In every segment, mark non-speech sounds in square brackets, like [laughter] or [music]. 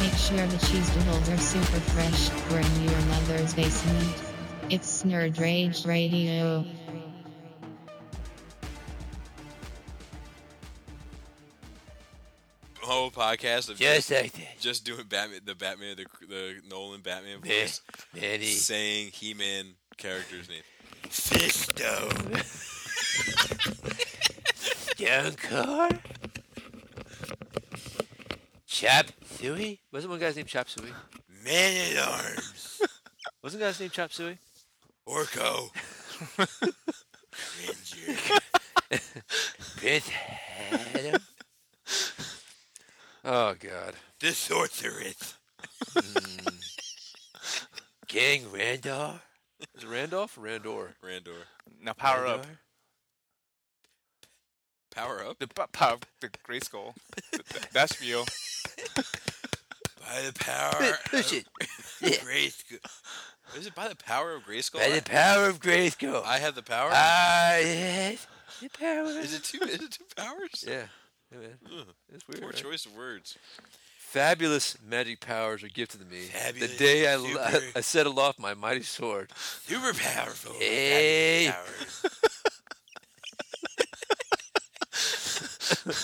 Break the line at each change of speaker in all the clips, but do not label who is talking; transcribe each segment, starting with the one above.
Make sure the cheese doodles are super fresh. We're in your mother's basement. It's Nerd Rage Radio.
whole podcast of
Just like that.
just doing Batman, the Batman, the, the Nolan Batman
Very,
voice,
very
saying He-Man character's name.
[laughs] Fisto. Dunkor. Chop Suey? Wasn't one guy's name Chop Suey?
Man at Arms,
Wasn't guy's name Chop Suey?
Orko,
Prince Adam? [laughs] oh, God. Hmm.
the Sorceress,
King Randor?
Is it Randolph or Randor?
Randor.
Now power up.
Randor?
Power up
The p- power up the gray [laughs] skull. That's real.
by the power.
[laughs]
Pu-
Oh,
Push it. Yeah.
Gray Is it by the power of Grayskull?
By the power of Grayskull.
I have the power.
Ah, yes. The power.
is it two? Is it two powers?
Yeah. Yeah, man. It's weird.
Poor
right?
choice of words.
Fabulous magic powers are gifted to me.
Fabulous,
the day I, lo-
super-
[laughs] I set aloft my mighty sword.
Super powerful.
Hey.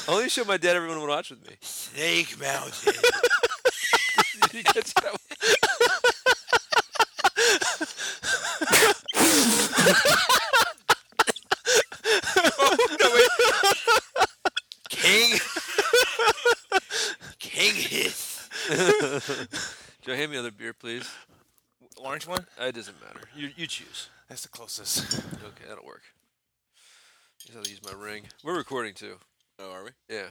[laughs] Only show my dad everyone would watch with me.
Snake
[laughs]
Mountain.
He gets it out.
King. King Hiss.
Joe, hand me another beer, please.
Orange one?
It doesn't matter. You, you choose.
That's the closest.
Okay, that'll work. Just have to use my ring. We're recording too.
Oh, [laughs] are we?
Yeah.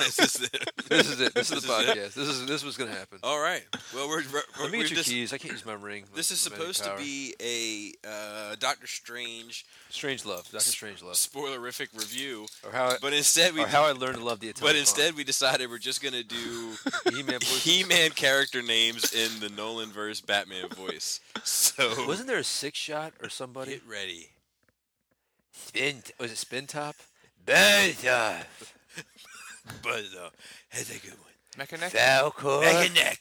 That's just it. [laughs]
This is it. This is
This is
the
it.
podcast. This is this was gonna happen.
All right. Well, we're, we're,
Let me
we've
get your
just-
keys. I can't use my ring.
This is
with magic
supposed to
power.
be a uh, Doctor Strange
Strange Love, Doctor Strange Love,
spoilerific review,
or how, I,
but instead we
or how I learned to love the Atomic
but instead we decided we're just gonna do
He-Man [laughs]
[laughs]
voices.
He-Man character names in the Nolan verse Batman voice.
[laughs]
So
[laughs] Wasn't there a six shot or somebody?
get ready.
Spin was it spin top?
Bertha.
But uh, that's a good one.
Mecha neck?
Falcor.
neck.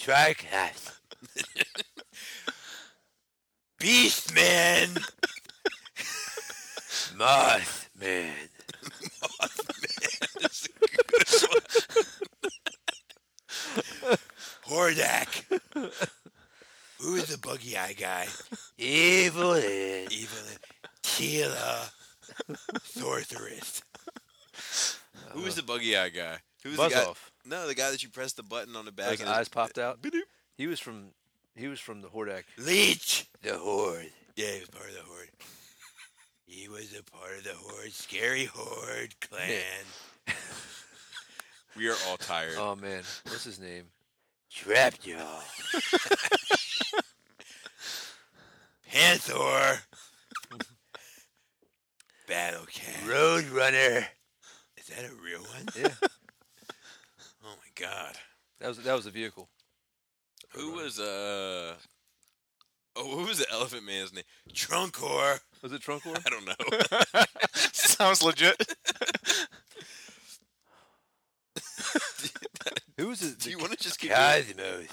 Triclops.
Beast man.
Mothman.
[laughs]
Hordak. Who is the buggy eye guy?
Evil Ed.
Evil Tila Sorceress. Who was the buggy eye guy? Who was
Buzz
the guy?
off.
No, the guy that you pressed the button on the back.
Like
of
his
the-
eyes popped out. He was from he was from the Hordak.
Leech.
The Horde.
Yeah, he was part of the horde. He was a part of the horde, scary horde clan. [laughs] we are all tired.
Oh man, what's his name?
Trapjaw.
Panther. Battle cat.
Roadrunner.
Is that a real one?
Yeah,
[laughs] Oh my god.
that was that was a vehicle.
Who was uh? Oh, who was the elephant man's name? Truncor.
Was it Truncor?
[laughs] I don't know.
[laughs] Sounds legit.
[laughs] Who was it?
Do you want to just keep? doing- [laughs]
Cosmos.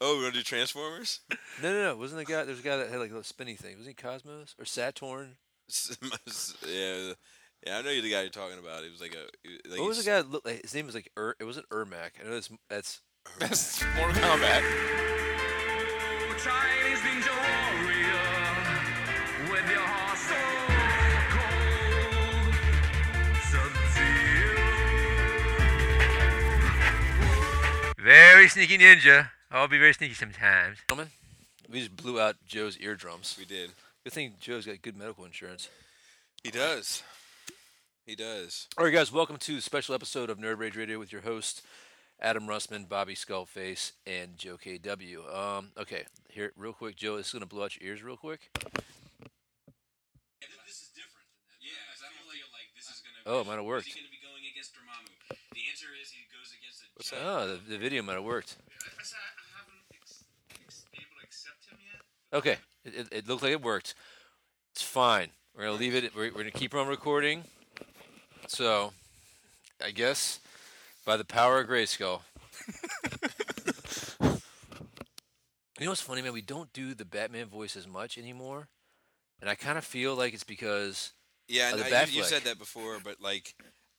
Oh, we want to do Transformers? [laughs]
No, no, no. Wasn't the guy? There was a guy that had like a little spinny thing. Wasn't he Cosmos or Saturn?
yeah, yeah. I know you're the guy you're talking about. It was like a. Like
What was the guy? That looked like his name was like Ur. It wasn't Ermac. I know that's that's.
That's Mortal Kombat.
Chinese ninja warrior with your heart so cold.
Very sneaky ninja. I'll be very sneaky sometimes.
Gentlemen, we just blew out Joe's eardrums.
We did.
Good thing Joe's got good medical insurance.
He does. He does.
All right, guys, welcome to a special episode of Nerd Rage Radio with your host, Adam Russman, Bobby Skullface, and Joe KW. Um, okay, here, real quick, Joe, this is going to blow out your ears real quick.
This is different. Yeah, because I don't like, feel like this is gonna.
Oh, it might have worked.
Is he gonna be going against Dormammu? The answer is he goes against a. What's
Oh, the, the video might have worked.
I, said I I haven't ex- ex- able to accept him yet.
Okay, it, it, it looked like it worked. It's fine. We're gonna leave it. We're, we're gonna keep on recording. So, I guess by the power of Grayskull. you know what's funny, man? We don't do the Batman voice as much anymore, and I kind of feel like it's because
Yeah,
Oh,
and
the
I, you, you
Batfleck.
said that before, but like,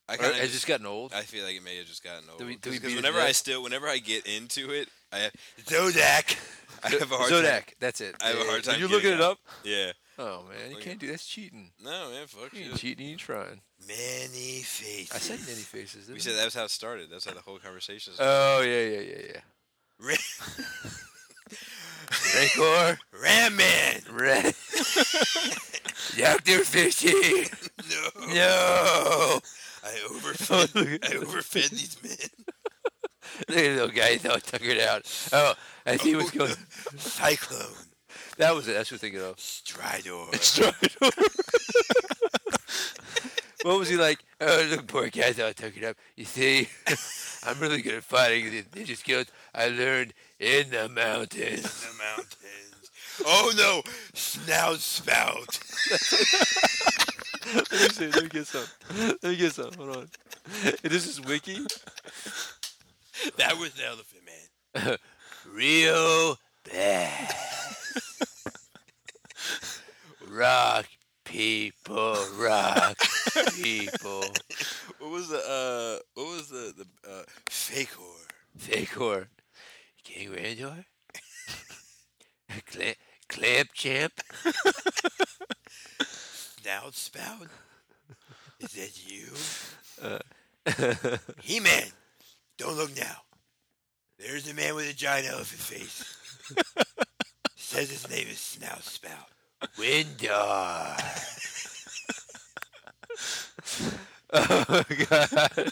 I
or,
kind
it's just gotten old.
I feel like it may have just gotten old.
we- do we
Because
beat it to
whenever I
death?
still, whenever I get into it, I have, Zodak. [laughs] I have a hard time-
Zodak, that's it.
I have a hard
Are
time
you looking it
getting
up?
Yeah.
Oh man, you
Like-
can't do that's cheating.
No, man, fuck
You
you.
ain't cheating, you ain't trying.
Many faces. [laughs]
I said many faces. Didn't
We
I?
said that was how it started. That's how the whole conversation started.
Oh yeah, yeah, yeah, yeah.
Rancor. [laughs] Ram Man. [laughs]
Red. [laughs] Dr. Fishy.
No.
[laughs] No.
I
Look
overfed.
at
[laughs] I overfed these men.
[laughs] the little guy. He's all tuckered out. Oh, I see what's going
Cyclone.
That was it. That's what I was thinking of.
[laughs] Stridor.
What was he like? Oh, look, poor guy's all tuckered up. You see, [laughs] I'm really good at fighting the ninja skills I learned in the mountains.
the mountains. Oh no! Snout spout.
[laughs] Let me see. Let me get some. Let me get some. Hold on. This is wiki.
That was the elephant man.
Real bad. rock people, rock people.
What was the uh? What was the the uh? Fakor.
Vigor. King Randor. [laughs] Clamp, clamp
[laughs]
champ.
Snout spout. Is that you?
Uh. [laughs]
he man. Don't look now. There's the man with a giant elephant [laughs] face. Says his name is Snout Spout.
Windor. oh, God.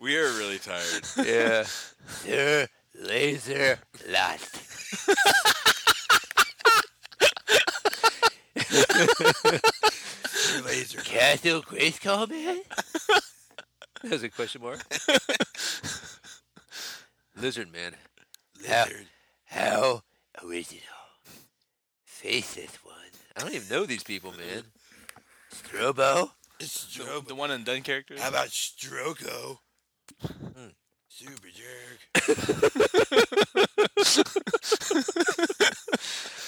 We are really tired.
Yeah. Sir Laser Lot.
Laser.
Castle Grayskull, man? That's a question mark. [laughs] Lizard man.
Lizard.
How original. Faceless one. I don't even know these people, man. Strobo?
The, the one and done character.
How about Stroko? Hmm. Super jerk.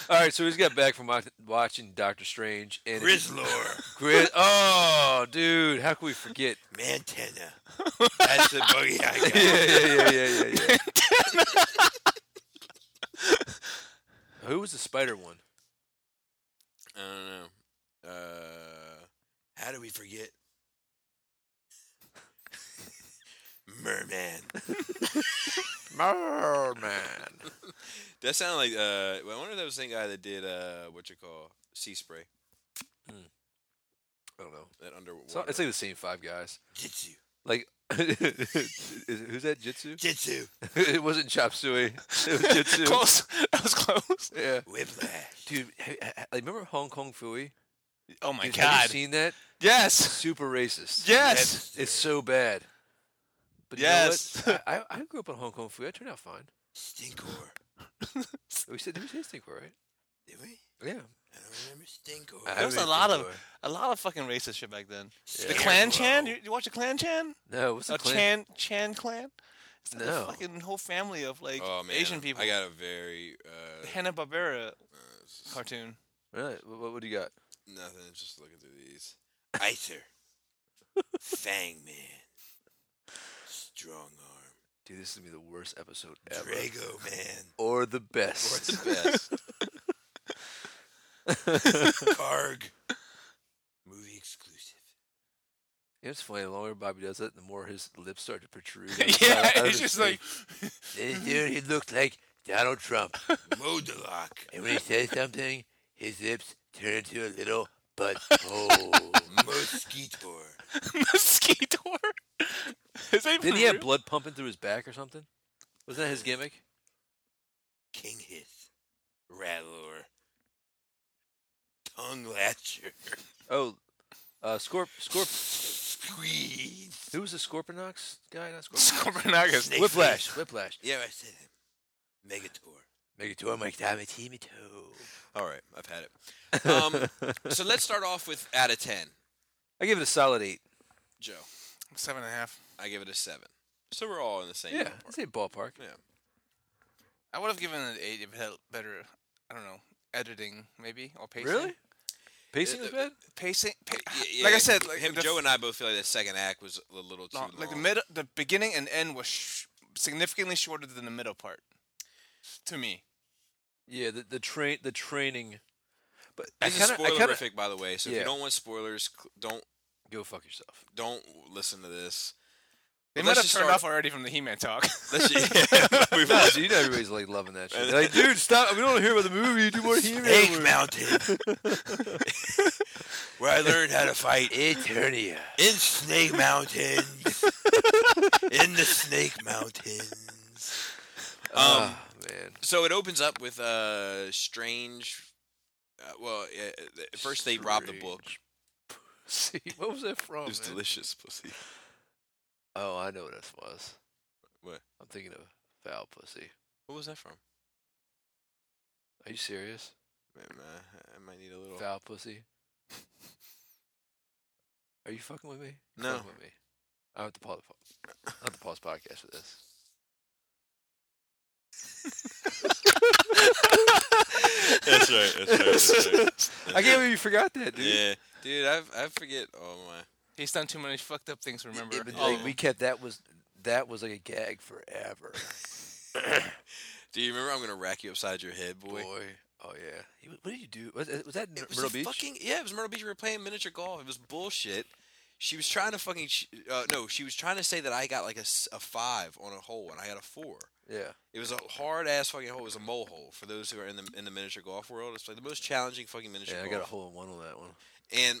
All right, so we just got back from wa- watching Doctor Strange and
Grizzlor. [laughs]
Gri- Oh, dude, how can we [laughs] forget?
Mantenna. That's the buggy I got.
Yeah, yeah, yeah, yeah, yeah. yeah. [laughs] Who was the spider one?
I don't know. Uh, how do we forget? [laughs] Merman.
[laughs]
Merman.
That sounded like uh. I wonder if that was the same guy that did uh. What you call sea spray?
I don't know.
That underwater.
It's, all- it's like the same five guys.
jitsu.
Like, [laughs] is, who's that? Jitsu?
Jitsu.
[laughs] it wasn't Chop Suey. [laughs] It was Jitsu.
close. [laughs] That was close.
Yeah.
Whiplash.
Dude, ha- ha- ha- like, remember Hong Kong Fooey?
Oh my
Dude, Have
god.
you seen that?
yes.
Super racist.
Yes.
It's so bad. But you know
Yes.
what? I, I, I grew up on Hong Kong Fooey. I turned out fine.
Stinkor.
Oh, We said, we said Stinkor, right?
Did we?
Yeah.
I don't remember Stinkor.
I
There was a
really
lot
think
of
we were.
a lot of fucking racist shit back then. The
Yeah.
Clan Chan. You, you watch the Clan Chan?
No, what's the
A
clan?
Chan Chan clan. It's like
No.
a fucking whole family of like
Oh man,
Asian people.
I got a very uh,
Hanna Barbera cartoon.
Really? What, what, what do you got?
nothing. Just looking through these.
[laughs]
Icer, Fang Man, Strong Arm,
Dude, this is going to be the worst episode ever.
Drago Man,
Or the
or
[laughs] best.
the best. [laughs] Karg, movie exclusive.
You know, it's funny. The longer Bobby does it, the more his lips start to
[laughs]
protrude.
[laughs] yeah,
out of his
it's just like mm-hmm.
face. This dude, he looked like Donald Trump.
Modaloc,
And when he says something, his lips turn into a little
butthole.
[laughs]
Mosquito.
Mosquito. Is that even
Didn't he have
real?
blood pumping through his back or something? Wasn't that his gimmick?
King hiss. Rattler. Tongue latcher.
Oh, uh, Scorp, Scorp.
Squeeze.
Who was the Scorpionox guy? Not Scorpionox.
[laughs] Scorpionagus.
Snake
Whiplash.
face.
Whiplash.
Yeah, I said him. Megator.
Megator, Mike Damatino.
All right, I've had it. Um, so let's start off with out of ten.
I give it a solid eight.
Joe,
Seven and a half.
I give it a seven. So we're all in the same.
Yeah,
ballpark.
I'd say ballpark.
yeah.
I would have given it an eight if it had better, I don't know, editing maybe or pacing.
Really? Pacing is
Uh,
bad.
Pacing. Pa-
Yeah, yeah,
Ah, Like I said, like
him,
the
Joe, and I both feel like the second act was a little too
long-
long.
like the middle, the beginning and end was sh- significantly shorter than the middle part. To me,
Yeah, the the train the training. But I
This is
kind of I [laughs] kind of
spoilerific, by the way. So if
Yeah.
you don't want spoilers, cl- don't
go fuck [laughs] yourself.
don't listen to [laughs] this.
they
Let's
might have turned
just
off
start-
already from the He-Man talk. [laughs]
Let's [laughs] yeah, we've-
No, dude, you know everybody's like loving that shit. [laughs] They're like, dude, stop! We don't want to hear about the movie. You do more human.
Egg Mountain. Where I learned how to fight
Eternia.
in Snake Mountains. in the Snake Mountains.
um,
oh, man.
so it opens up with a uh, strange. Uh, well, uh, th- first they rob the book.
[laughs] See, what was that from?
it was
man?
delicious pussy.
Oh, I know what this was.
What?
I'm thinking of foul pussy.
What was that from?
Are you serious?
Man, uh, I might need a little.
Foul pussy. Are you fucking with me? You're
No.
fucking with me. I have to pause. I have to pause podcast for this.
That's right. That's right. That's [laughs] right.
I can't believe you forgot that, dude.
Yeah, dude, I I forget. Oh my.
He's done too many fucked up things.
Yeah,
Remember? Oh,
but,
All
Oh.
like,
of
we
them.
kept that was that was like a gag forever,
Do you remember I'm gonna rack you upside your head, boy?
boy. Oh yeah. He- What did you do? Was, was that in
It was
Myrtle
a
Beach?
fucking yeah. It was Myrtle Beach. We were playing miniature golf. It was bullshit. She was trying to fucking sh- uh, no. She was trying to say that I got like a, s- a five on a hole and I got a four.
yeah.
It was a hard ass fucking hole. It was a mole hole for those who are in the in the miniature golf world. It's like the most challenging fucking miniature.
Yeah, I
golf.
got a hole in one on that one.
And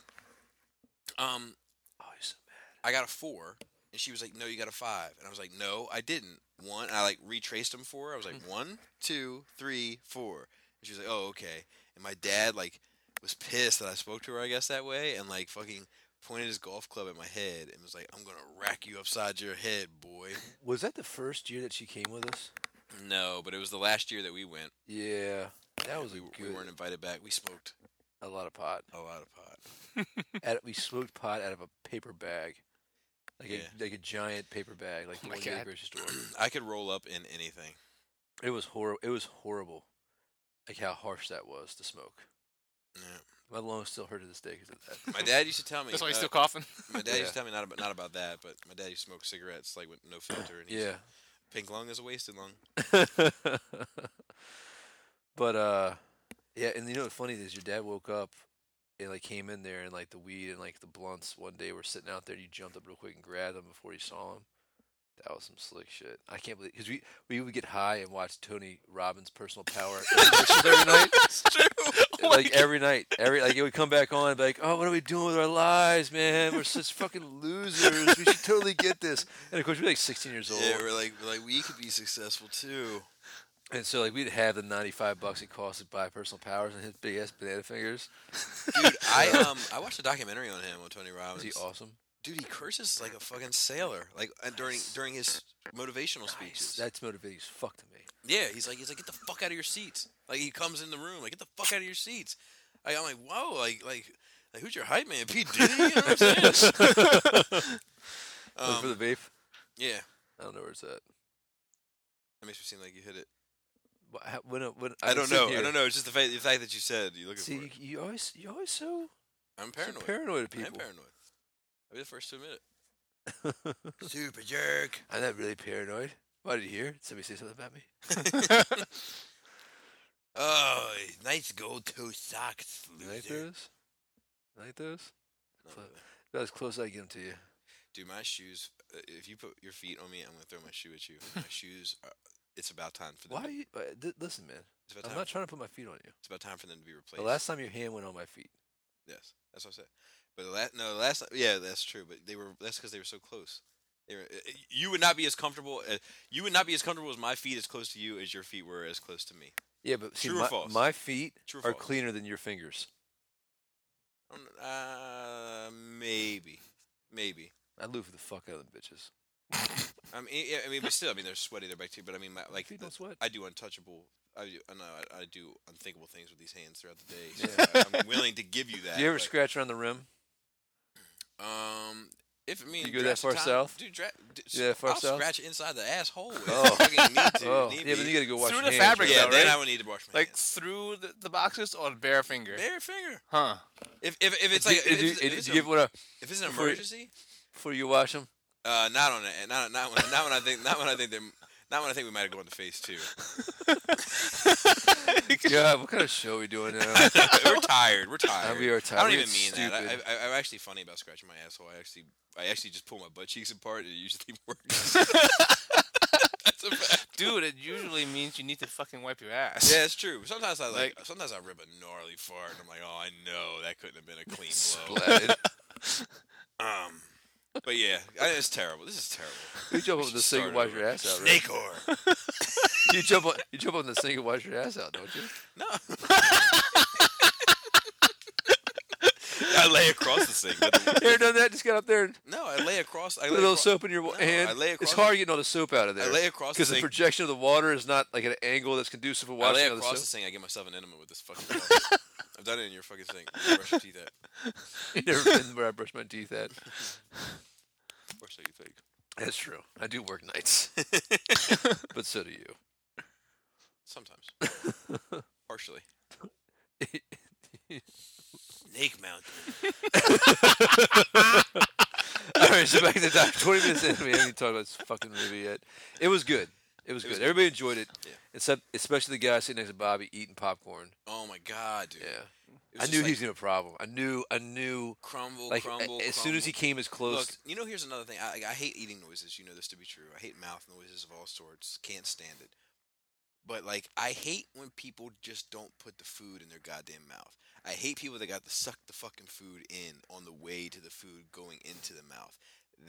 um,
Oh, you're so mad.
I got a four, and she was like, "No, you got a five. and I was like, "No, I didn't." One, and I like retraced them four. I was like, one, two, three, four, and she was like, "Oh, okay." And my dad like was pissed that I spoke to her, I guess that way, and like fucking pointed his golf club at my head and was like, "I'm gonna rack you upside your head, boy."
Was that the first year that she came with us?
[laughs] no, but it was the last year that we went.
Yeah. That was
we,
a
we
good,
weren't invited back. We smoked
a lot of pot.
a lot of pot.
Out- we smoked pot out of a paper bag, like
Yeah.
a like a giant paper bag, like
Oh
the
my
one you get at
God.
the grocery store. [clears throat]
I could roll up in anything.
It was horrible. It was horrible, like how harsh that was to smoke.
Yeah.
My lungs still hurt to this day because of that.
My dad used to tell me.
That's why he's
uh,
still coughing.
My dad
Yeah.
used to tell me not about not about that, but my dad used to smoke cigarettes like with no filter. And he's-
yeah.
pink lung is a wasted lung.
[laughs] but uh yeah, and you know what's funny is your dad woke up and like came in there and like the weed and like the blunts one day were sitting out there and you jumped up real quick and grabbed them before you saw them. That was some slick shit. I can't believe because we we would get high and watch Tony Robbins' Personal Power introductions every night. [laughs] like every night, every like it would come back on and be like, "Oh, what are we doing with our lives, man? We're such fucking losers. We should totally get this." And of course, we're like 16 years old.
Yeah, we're like we're like we could be successful too.
And so like we'd have the ninety five bucks it cost to buy personal powers and his big ass banana fingers.
Dude, [laughs] I um I watched a documentary on him on Tony Robbins.
Is he awesome?
Dude, he curses like a fucking sailor. Like uh, during during his motivational speeches.
That's motivating as fuck to me.
yeah, he's like he's like get the fuck out of your seats. Like he comes in the room like get the fuck out of your seats. Like, I'm like whoa like like like who's your hype man? P Diddy. You know what I'm [laughs]
[laughs]
saying?
Look
Um, [laughs]
for the vape?
yeah,
I don't know where it's at.
that makes me seem like you hit it.
Wha- how- When, when,
I
I'm
don't
sitting
know. I
here-
don't know. It's just the fact, the fact that you said you're looking
See,
for
you,
it.
you always you always so
I'm
so
paranoid.
paranoid of
I am
people.
paranoid. I'll be the first to admit it. [laughs]
Super jerk.
I'm not really paranoid. Why did you hear? Somebody say something about me?
Oh, nice gold toe socks,
You like
loser.
those? You like those?
Not
Clo-
really.
About as close as I can get them to you.
Dude, my shoes. uh, If you put your feet on me, I'm gonna throw my shoe at you. [laughs] My shoes. Are, it's about time for them.
Why? Are you, uh, d- listen, man.
It's about
I'm
time.
not trying to put my feet on you.
it's about time for them to be replaced.
The last time your hand went on my feet,
Yes, that's what I said. But the last, no, the last, yeah, that's true. But they were that's because they were so close. They were, uh, you would not be as comfortable. As, you would not be as comfortable as my feet as close to you as your feet were as close to me.
Yeah, but see,
True or
my,
false?
my feet
True or
are
false?
cleaner than your fingers.
I don't- Um, Uh, maybe, maybe.
I lube the fuck out of them bitches.
I mean, yeah, I mean, but still, I mean, they're sweaty, they're bacteria. But I mean, my, like,
Feet
the-
don't sweat.
I do untouchable. I do, I know, I, I do unthinkable things with these hands throughout the day. So I, am willing to give you that.
Do you ever
but,
scratch around the rim?
Um, if it means
You go that far south?
dude, dra- d- s-
Yeah, far
I'll
south?
scratch inside the asshole. If
Oh.
oh, fucking need to,
[laughs] oh,
need
yeah, but
be.
you gotta go wash
Through
your
the
hands
fabric,
first.
yeah,
though,
then
right?
I would need to wash my
[laughs] Like
hands.
through the, the boxes or bare finger?
Bare finger.
[laughs] Huh.
If if if it's
Did-
like if,
did you-
it's,
did
if, it's
you
a-
give one a
if it's an
before you-
emergency,
before you wash them?
uh, not on it. Not not when, not when I think not when I think they're not when I think we might have gone to phase two.
God, what kind of show are we doing
[laughs]
now? [laughs]
we're tired. We're tired.
we are
I
tired.
don't
We
even mean
are
that.
stupid.
I, I, I'm actually funny about scratching my asshole. I actually, I actually just pull my butt cheeks apart, and it usually [laughs]
[laughs]
works. That's a fact.
Dude, it usually means you need to fucking wipe your ass.
Yeah, it's true. Sometimes I like, Sometimes I rip a gnarly fart, and I'm like, oh, I know that couldn't have been a
[laughs]
clean blow.
Splatted.
Um, but yeah, I, it's terrible. This is terrible.
you jump on the sink and
start
wash
over.
your ass out, right?
Snake or
You jump on you jump on the sink and wash your ass
[laughs]
out, don't you?
No. I lay across the sink. But the-
[laughs] You ever done that? Just get up there and
no, I lay across. I
put a
lay
little
across,
soap in your wa-
No,
hand.
I lay
it's
across-
hard getting all the soap out of there.
I lay across the
because the
sink.
projection of the water is not like at an angle that's conducive for
I lay
washing all the
across the
soap.
sink. I get myself an enema with this fucking.
[laughs]
ball. I've done it in your fucking sink. You brush your teeth at.
You never been where I brush my teeth at.
Or so you think.
That's true. I do work nights, [laughs]
[laughs]
but so do you.
Sometimes.
[laughs]
Partially.
Snake Mountain.
all right, so back to the top. Twenty minutes in, we haven't even talked about this fucking movie yet. It was good. It was good.
was good.
Everybody enjoyed it,
Yeah.
except especially the guy sitting next to Bobby eating popcorn.
Oh my god, dude.
Yeah,
It
I
just
knew
like
he was gonna have a problem. I knew. I knew.
crumble,
Like
crumble, crumble.
a- as soon as he came as close,
Look, you know, here's another thing. I, like, I hate eating noises. You know this to be true. I hate mouth noises of all sorts. Can't stand it. But like, I hate when people just don't put the food in their goddamn mouth. I hate people that got to suck the fucking food in on the way to the food going into the mouth.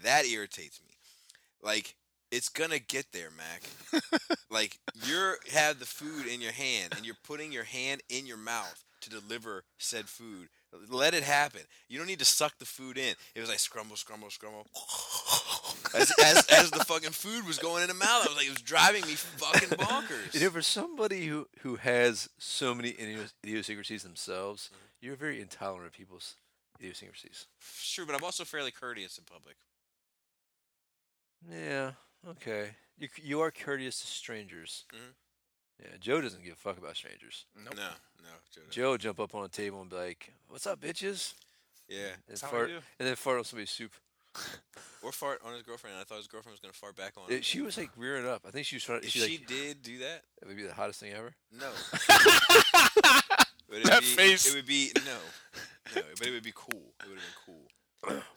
That irritates me. Like, it's gonna get there,
[laughs]
Mac. like, you're have the food in your hand, and you're putting your hand in your mouth to deliver said food. Let it happen. You don't need to suck the food in. It was like scrumble, scrumble, scrumble. As, as, as the fucking food was going in the mouth, I was like, it was driving me fucking
[laughs]
bonkers.
You know, for somebody who, who has so many idios- idiosyncrasies themselves,
Mm-hmm.
you're very intolerant of people's idiosyncrasies.
Sure, but I'm also fairly courteous in public.
Yeah, okay. You, c- you are courteous to strangers.
Mhm.
Yeah, Joe doesn't give a fuck about strangers.
Nope.
No, no. Joe,
Joe would jump up on a table and be like, "What's up, bitches?"
Yeah.
And,
how I
fart,
do.
and then fart on somebody's soup.
Or fart on his girlfriend. I thought his girlfriend was going to fart back on
Yeah,
him.
she was like rearing up. I think she was trying.
Uh-huh. If
She
she
like
did do that,
that would be the hottest thing ever. [laughs]
no. But it'd
That
be,
face.
It would be, no. No, but it would be cool. It would have been cool. [clears throat]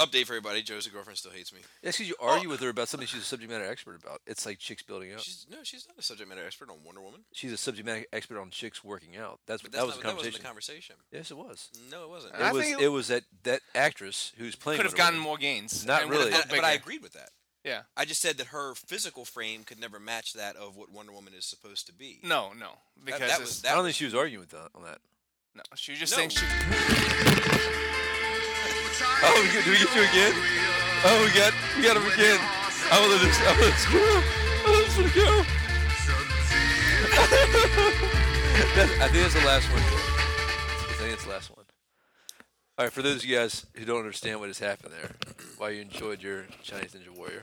Update for everybody. Joe's girlfriend still hates me.
That's because you argue with her about something she's a subject matter expert about. It's like chicks building up.
She's, no, she's not a subject matter expert on Wonder Woman.
She's a subject matter expert on chicks working out. That's
But
what
that's
that was
not,
the
that wasn't
conversation.
the conversation.
Yes, it was.
No, it wasn't.
And
It
I
was
think
it,
it-
was that that actress who's playing.
Could have
Wonder
gotten
Woman.
more gains.
Not
and would've
really.
looked
And- but I
bigger.
agreed with that.
Yeah.
I just said that her physical frame could never match that of what Wonder Woman is supposed to be.
No, no. Because
that
it's-
was-
I
that
don't think she was arguing with that, on that.
no, she was just
No.
saying she.
Oh, we, do we get you again? Oh, we got we got him again. Oh, let us oh, let's go. Oh, let's let it go. That's, I think that's the last one. I think it's the last one. All right, for those of you guys who don't understand what has happened there, why you enjoyed your Chinese Ninja Warrior,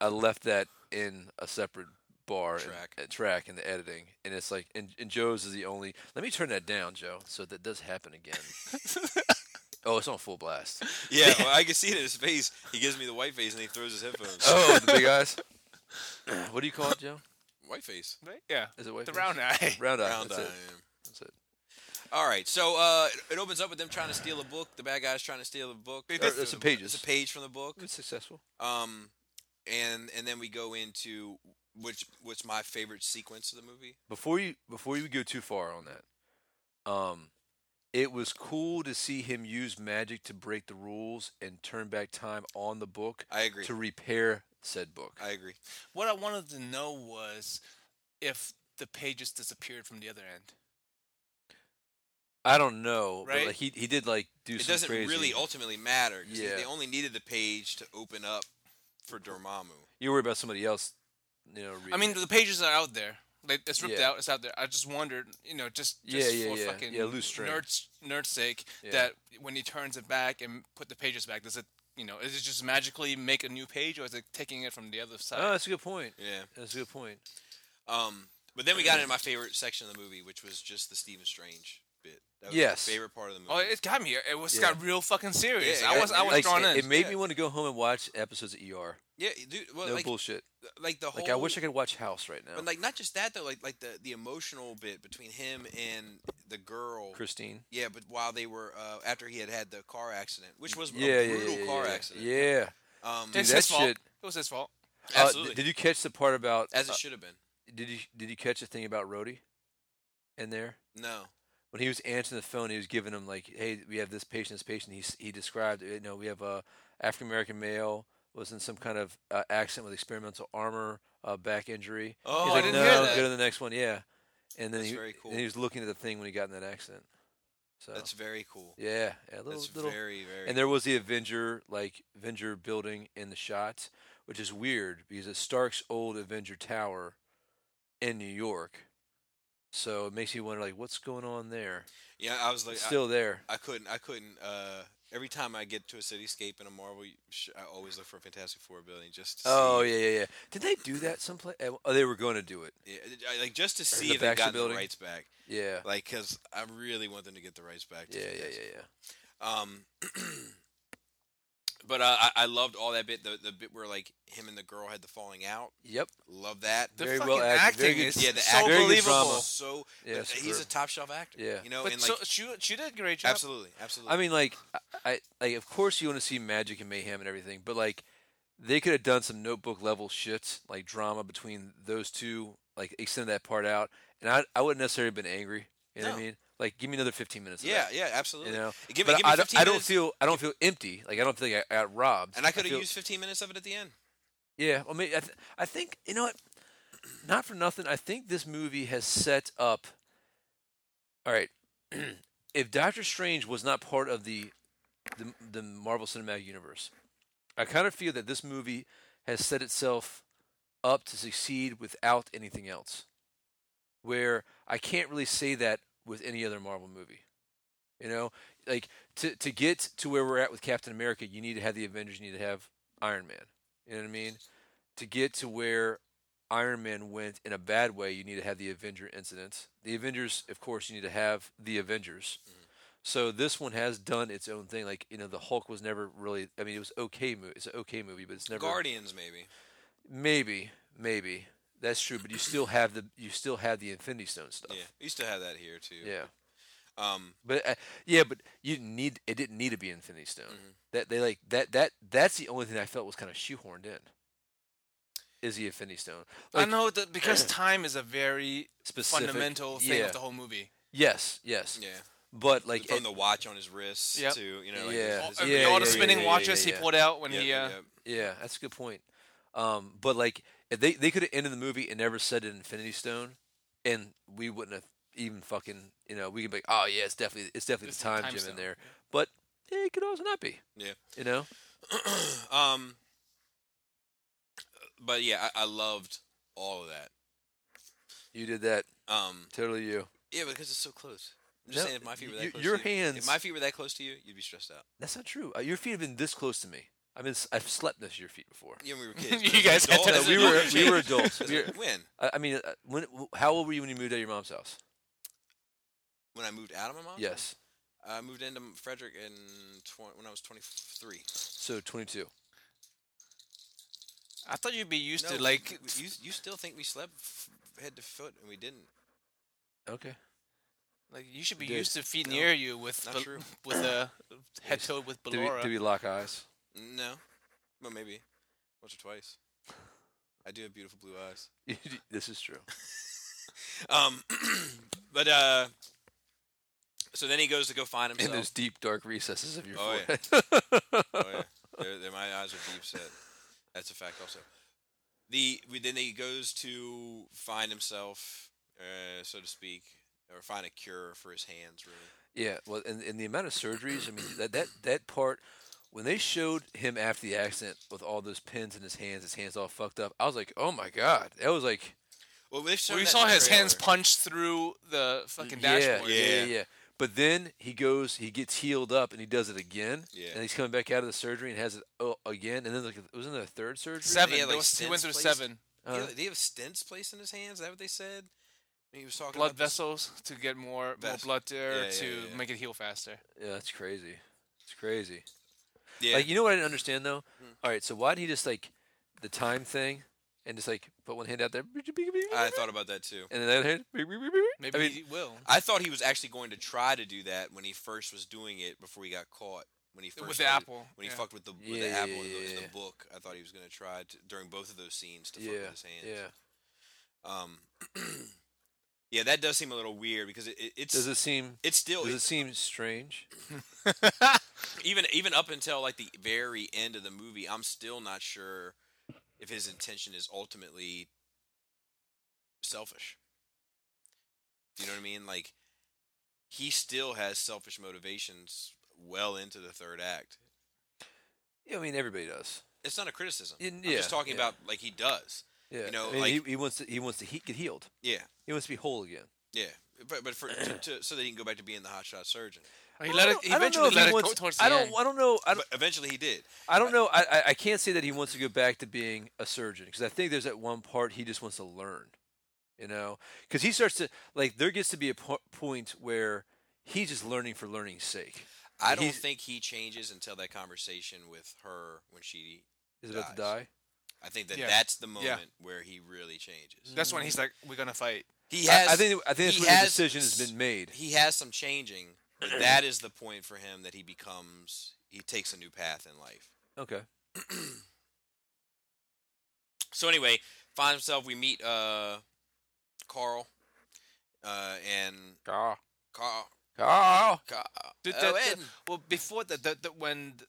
I left that in a separate bar
Track.
And, uh, track in the editing, and it's like, and, and Joe's is the only. Let me turn that down, Joe, so that does happen again. [laughs] oh, it's on full blast.
[laughs]
[laughs]
Yeah, well, I can see it in his face. He gives me the white face and he throws his headphones.
[laughs] Oh, the big eyes. what do you call it, Joe?
White face.
Right? Yeah.
Is it white
The
face? [laughs]
round eye.
Round eye.
Round
that's
eye.
It. That's it.
All right, so uh, it- it opens up with them trying to steal a book. The bad guy's trying to steal a book.
They
or
Or,
did
uh,
That's
some
It's
pages.
a page from the book.
It's successful.
Um, and and then we go into which what's my favorite sequence of the movie.
Before you before you go too far on that, um, It was cool to see him use magic to break the rules and turn back time on the book
I agree.
to repair said book.
I agree.
What I wanted to know was if the pages disappeared from the other end.
I don't know,
Right?
but like, he he did like do
It
some
doesn't
crazy.
really ultimately matter. 'cause they-
Yeah.
They only needed the page to open up for Dormammu.
you worry about somebody else, you know.
I
reading
mean,
it.
the pages are out there. Like it's ripped
Yeah.
out. It's out there. I just wondered, you know, just,
Yeah,
just
yeah,
for
yeah.
fucking
Yeah, loose string.
nerd's nerd's sake,
Yeah.
that when he turns it back and put the pages back, does it, you know, is it just magically make a new page, or is it taking it from the other side?
oh, that's a good point.
Yeah.
That's a good point.
Um, but then we got into my favorite section of the movie, which was just the Stephen Strange bit. That was
Yes.
my favorite part of the movie.
oh, it got me. It was
Yeah.
got real fucking serious.
Yeah, it
I
got-
was I was
like,
drawn
it,
in.
It made me
Yeah.
want to go home and watch episodes of ER.
yeah, dude. Well,
no
like,
bullshit.
like the whole.
Like I wish I could watch House right now.
But like not just that though, like like the the emotional bit between him and the girl.
Christine.
Yeah, but while they were uh, after he had had the car accident, which was
Yeah,
a
yeah,
brutal
yeah, yeah,
car
yeah.
accident.
Yeah.
Um,
Dude,
it's
that
his fault.
shit-
It was his fault.
Uh, d-
absolutely.
did you catch the part about?
as
uh,
it should have been.
did you did you catch the thing about Rhodey? In there,
No.
when he was answering the phone, he was giving him like, "Hey, we have this patient, this patient." He s- he described, you know, we have a African American male was in some kind of uh, accident with experimental armor, uh, back injury.
Oh,
He's
I
like,
didn't
"No,
hear that."
go to the next one." Yeah, and then
That's
he
very cool.
and he was looking at the thing when he got in that accident. So
That's very cool.
yeah, yeah, a little
That's
little
very very.
And there was the Avenger, like Avenger building in the shot, which is weird because it's Stark's old Avenger Tower in New York. So it makes you wonder, like, what's going on there?
yeah, I was like,
It's
I-
still there.
I couldn't. I couldn't. Uh, every time I get to a cityscape in a Marvel, sh- I always look for a Fantastic Four building just. To
Oh
see,
yeah, yeah, yeah. Did they do that someplace? Oh, they were going to do it.
yeah, I- like just to see
the
if they
Baxter
got the
building?
rights back,
Yeah,
like because I really want them to get the rights back. To
yeah, yeah,
Fantastic
yeah, yeah.
Um, [clears throat] but uh, I, I loved all that bit. The the bit where like him and the girl had the falling out.
Yep.
Love that.
The
Very
fucking
well acted. Very
acting
good-
is
yeah, the
so
acting
very good
was
drama.
believable.
So
Yeah,
but he's
super.
a top shelf actor.
Yeah.
you know,
But
and
so
like
she she did a great job.
absolutely, absolutely.
I mean, like, I, I like, of course, you want to see magic and mayhem and everything, but like, they could have done some notebook level shit, like drama between those two, like extend that part out, and I, I wouldn't necessarily have been angry. You know what I
No.
mean? Like, give me another fifteen minutes. Of
yeah,
that,
yeah, absolutely.
you know.
give me,
but
give me
I, don't-
15
I don't
minutes,
feel, I don't feel empty. Like, I don't feel like I got robbed.
and I could have
feel-
used 15 minutes of it at the end.
Yeah, I mean, I, th- I think you know what. Not for nothing, I think this movie has set up. All right, [clears throat] if Doctor Strange was not part of the, the the Marvel Cinematic Universe, I kind of feel that this movie has set itself up to succeed without anything else. Where I can't really say that with any other Marvel movie. You know, like to to get to where we're at with Captain America, you need to have the Avengers, you need to have Iron Man. You know what I mean? To get to where Iron Man went in a bad way, you need to have the Avenger incidents. The Avengers, of course, you need to have the Avengers. So this one has done its own thing. Like you know, the Hulk was never really. I mean, it was okay. Mo- it's an okay movie, but it's never
Guardians, maybe.
Maybe, maybe that's true. But you still have the you still have the Infinity Stone stuff.
Yeah, we used to have that here too.
yeah.
Um,
But uh, yeah, but you didn't need it didn't need to be Infinity Stone. That they like that that that's the only thing I felt was kind of shoehorned in. Is the Infinity Stone? Like,
I know
[clears throat]
that because time is a very
Specific-
fundamental thing
yeah.
of the whole movie.
Yes, yes.
yeah.
But like
from
it-
the watch on his wrist
Yep.
to you know, like
Yeah.
this-
All,
this-
Yeah,
all
yeah,
the
yeah,
spinning
yeah, yeah,
watches
yeah.
he pulled out when
Yep,
he. Uh,
yep.
yeah, that's a good point. Um, but like if they they could have ended the movie and never said it Infinity Stone, and we wouldn't have even fucking you know we could be like oh yeah it's definitely it's definitely
It's
the
the
time,
time
gem in
stone,
there, but yeah, it could also not be.
Yeah.
You know.
[clears throat] um, but yeah, I, I loved all of that.
You did that.
Um,
Totally you.
yeah, because it's so close. I'm just
No,
saying, if my feet were that
y-
close,
your
to you,
hands-
If my feet were that close to you, you'd be stressed out.
That's not true. Uh, your feet have been this close to me. I've been s- I've slept next to your feet before.
Yeah, when
[laughs]
we were kids.
You
but as
guys had
adults,
to-
as
we were
adults, [laughs]
we were
it
adults.
changes.
We were-
when
I, I mean, uh, when how old were you when you moved out of your mom's house?
when I moved out of my mom's,
Yes.
I moved into Frederick in 20, when I was 23.
So 22.
I thought you'd be used
No,
to like.
we- you, you still think we slept f- head to foot and we didn't?
Okay.
Like you should be
Dude,
used to feet
no,
near you with
not
bel-
true.
[laughs]
with a head to with
Do we,
Belora.
do we lock eyes? [laughs]
No, well maybe once or twice. I do have beautiful blue eyes. [clears throat]
this is true.
Um, but uh, so then he goes to go find
in
himself.
those deep dark recesses of your
Oh, yeah.
forehead. [laughs]
oh yeah, They're- they're- my eyes are deep set. That's a fact, also. The but then he goes to find himself, uh, so to speak, or find a cure for his hands. Really,
Yeah, well, and, and the amount of surgeries, I mean, that, that, that part, when they showed him after the accident with all those pins in his hands, his hands all fucked up, I was like, oh my God. That was like,
well, they've shown
we
that in
saw
the
his hands
trailer.
punch through the fucking
yeah,
dashboard.
Yeah, yeah,
Yeah.
yeah. But then he goes, he gets healed up and he does it again.
Yeah.
And he's coming back out of the surgery and has it oh, again. And then, like, wasn't there a third surgery?
Seven.
They had, like,
There was- he
stents
went through
placed?
seven
Do
Uh,
they- do they have stents placed in his hands? Is that what they said? He was talking
blood
about this-
vessels to get more, more
Vessels.
blood there
Yeah, yeah,
to
yeah.
make it heal faster.
yeah, that's crazy. It's crazy.
Yeah,
Like you know what I didn't understand though.
Hmm.
All right, so why didn't he just like the time thing and just like put one hand out there
I thought about that too.
and then the other hand?
Maybe
I mean,
he will.
I thought he was actually going to try to do that when he first was doing it before he got caught. When he first
With the
started-
apple.
when he
yeah.
fucked with the with
Yeah,
the
yeah,
apple in, the,
yeah,
in
yeah.
the book, I thought he was going to try to, during both of those scenes to fuck
yeah,
with his hands.
yeah.
Um, [clears throat] yeah, that does seem a little weird because it, it, it's
Does it seem?
it's still
Does it
it's-
seem strange?
[laughs]
[laughs]
even even up until like the very end of the movie, I'm still not sure if his intention is ultimately selfish. You know what I mean? Like he still has selfish motivations well into the third act.
Yeah, I mean everybody does.
It's not a criticism.
Yeah,
I'm just talking
yeah.
about like he does.
Yeah,
You know,
I mean,
like-
he, he wants to. He wants to he, get healed.
Yeah,
He wants to be whole again.
yeah. But but for to, to, so that he can go back to being the hotshot surgeon.
He
I
let it.
don't-
He
I don't know
eventually
if
let
he
it go
wants-
towards the
I don't.
end.
I don't know. I don't,
But eventually he did.
I don't know. I, I, I can't say that he wants to go back to being a surgeon because I think there's that one part he just wants to learn, you know, because he starts to like there gets to be a po- point where he's just learning for learning's sake.
I don't
He's-
think he changes until that conversation with her when she.
Is about to
Dies.
die.
I think that
Yeah.
that's the moment
Yeah.
where he really changes.
That's when he's like, "We're gonna fight."
He
I-
has.
I, think I think that's
he
where the
has
decision has
s-
been made.
he has some changing,
[clears throat]
but that is the point for him that he becomes. He takes a new path in life.
Okay.
So anyway, finds himself. We meet uh, Carl, uh, and
Carl.
Carl.
Carl.
Carl
Did
oh,
that-
and-
Well, before that, the, the, when th-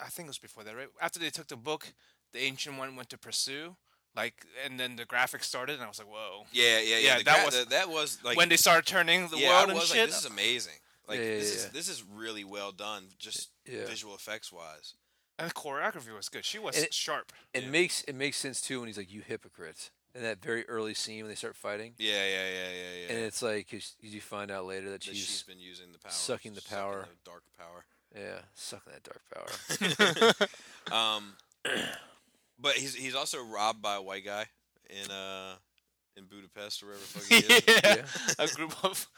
I think it was before that, right? After they took the book, the ancient one went to pursue, like, and then the graphics started, and I was like, "Whoa!"
yeah, yeah, yeah.
Yeah,
the
that
gra-
was-
the- that was like
when they started turning the
yeah, I
world and
was
shit,
like, this is amazing. Like
Yeah, yeah,
this
yeah.
is this is really well done, just
Yeah.
visual effects wise.
and the choreography was good. She was
And it-
sharp.
It makes it makes sense too when he's like, "You hypocrites," in that very early scene when they start fighting,
Yeah, yeah, yeah, yeah,
and
yeah.
it's like 'cause you find out later that
That
she's,
she's been using the power,
sucking the power.
the dark power.
yeah sucking that dark power.
Um, [coughs] but he's he's also robbed by a white guy in uh in Budapest or wherever the fuck he is.
[laughs]
[laughs]
yeah,
Yeah.
a group of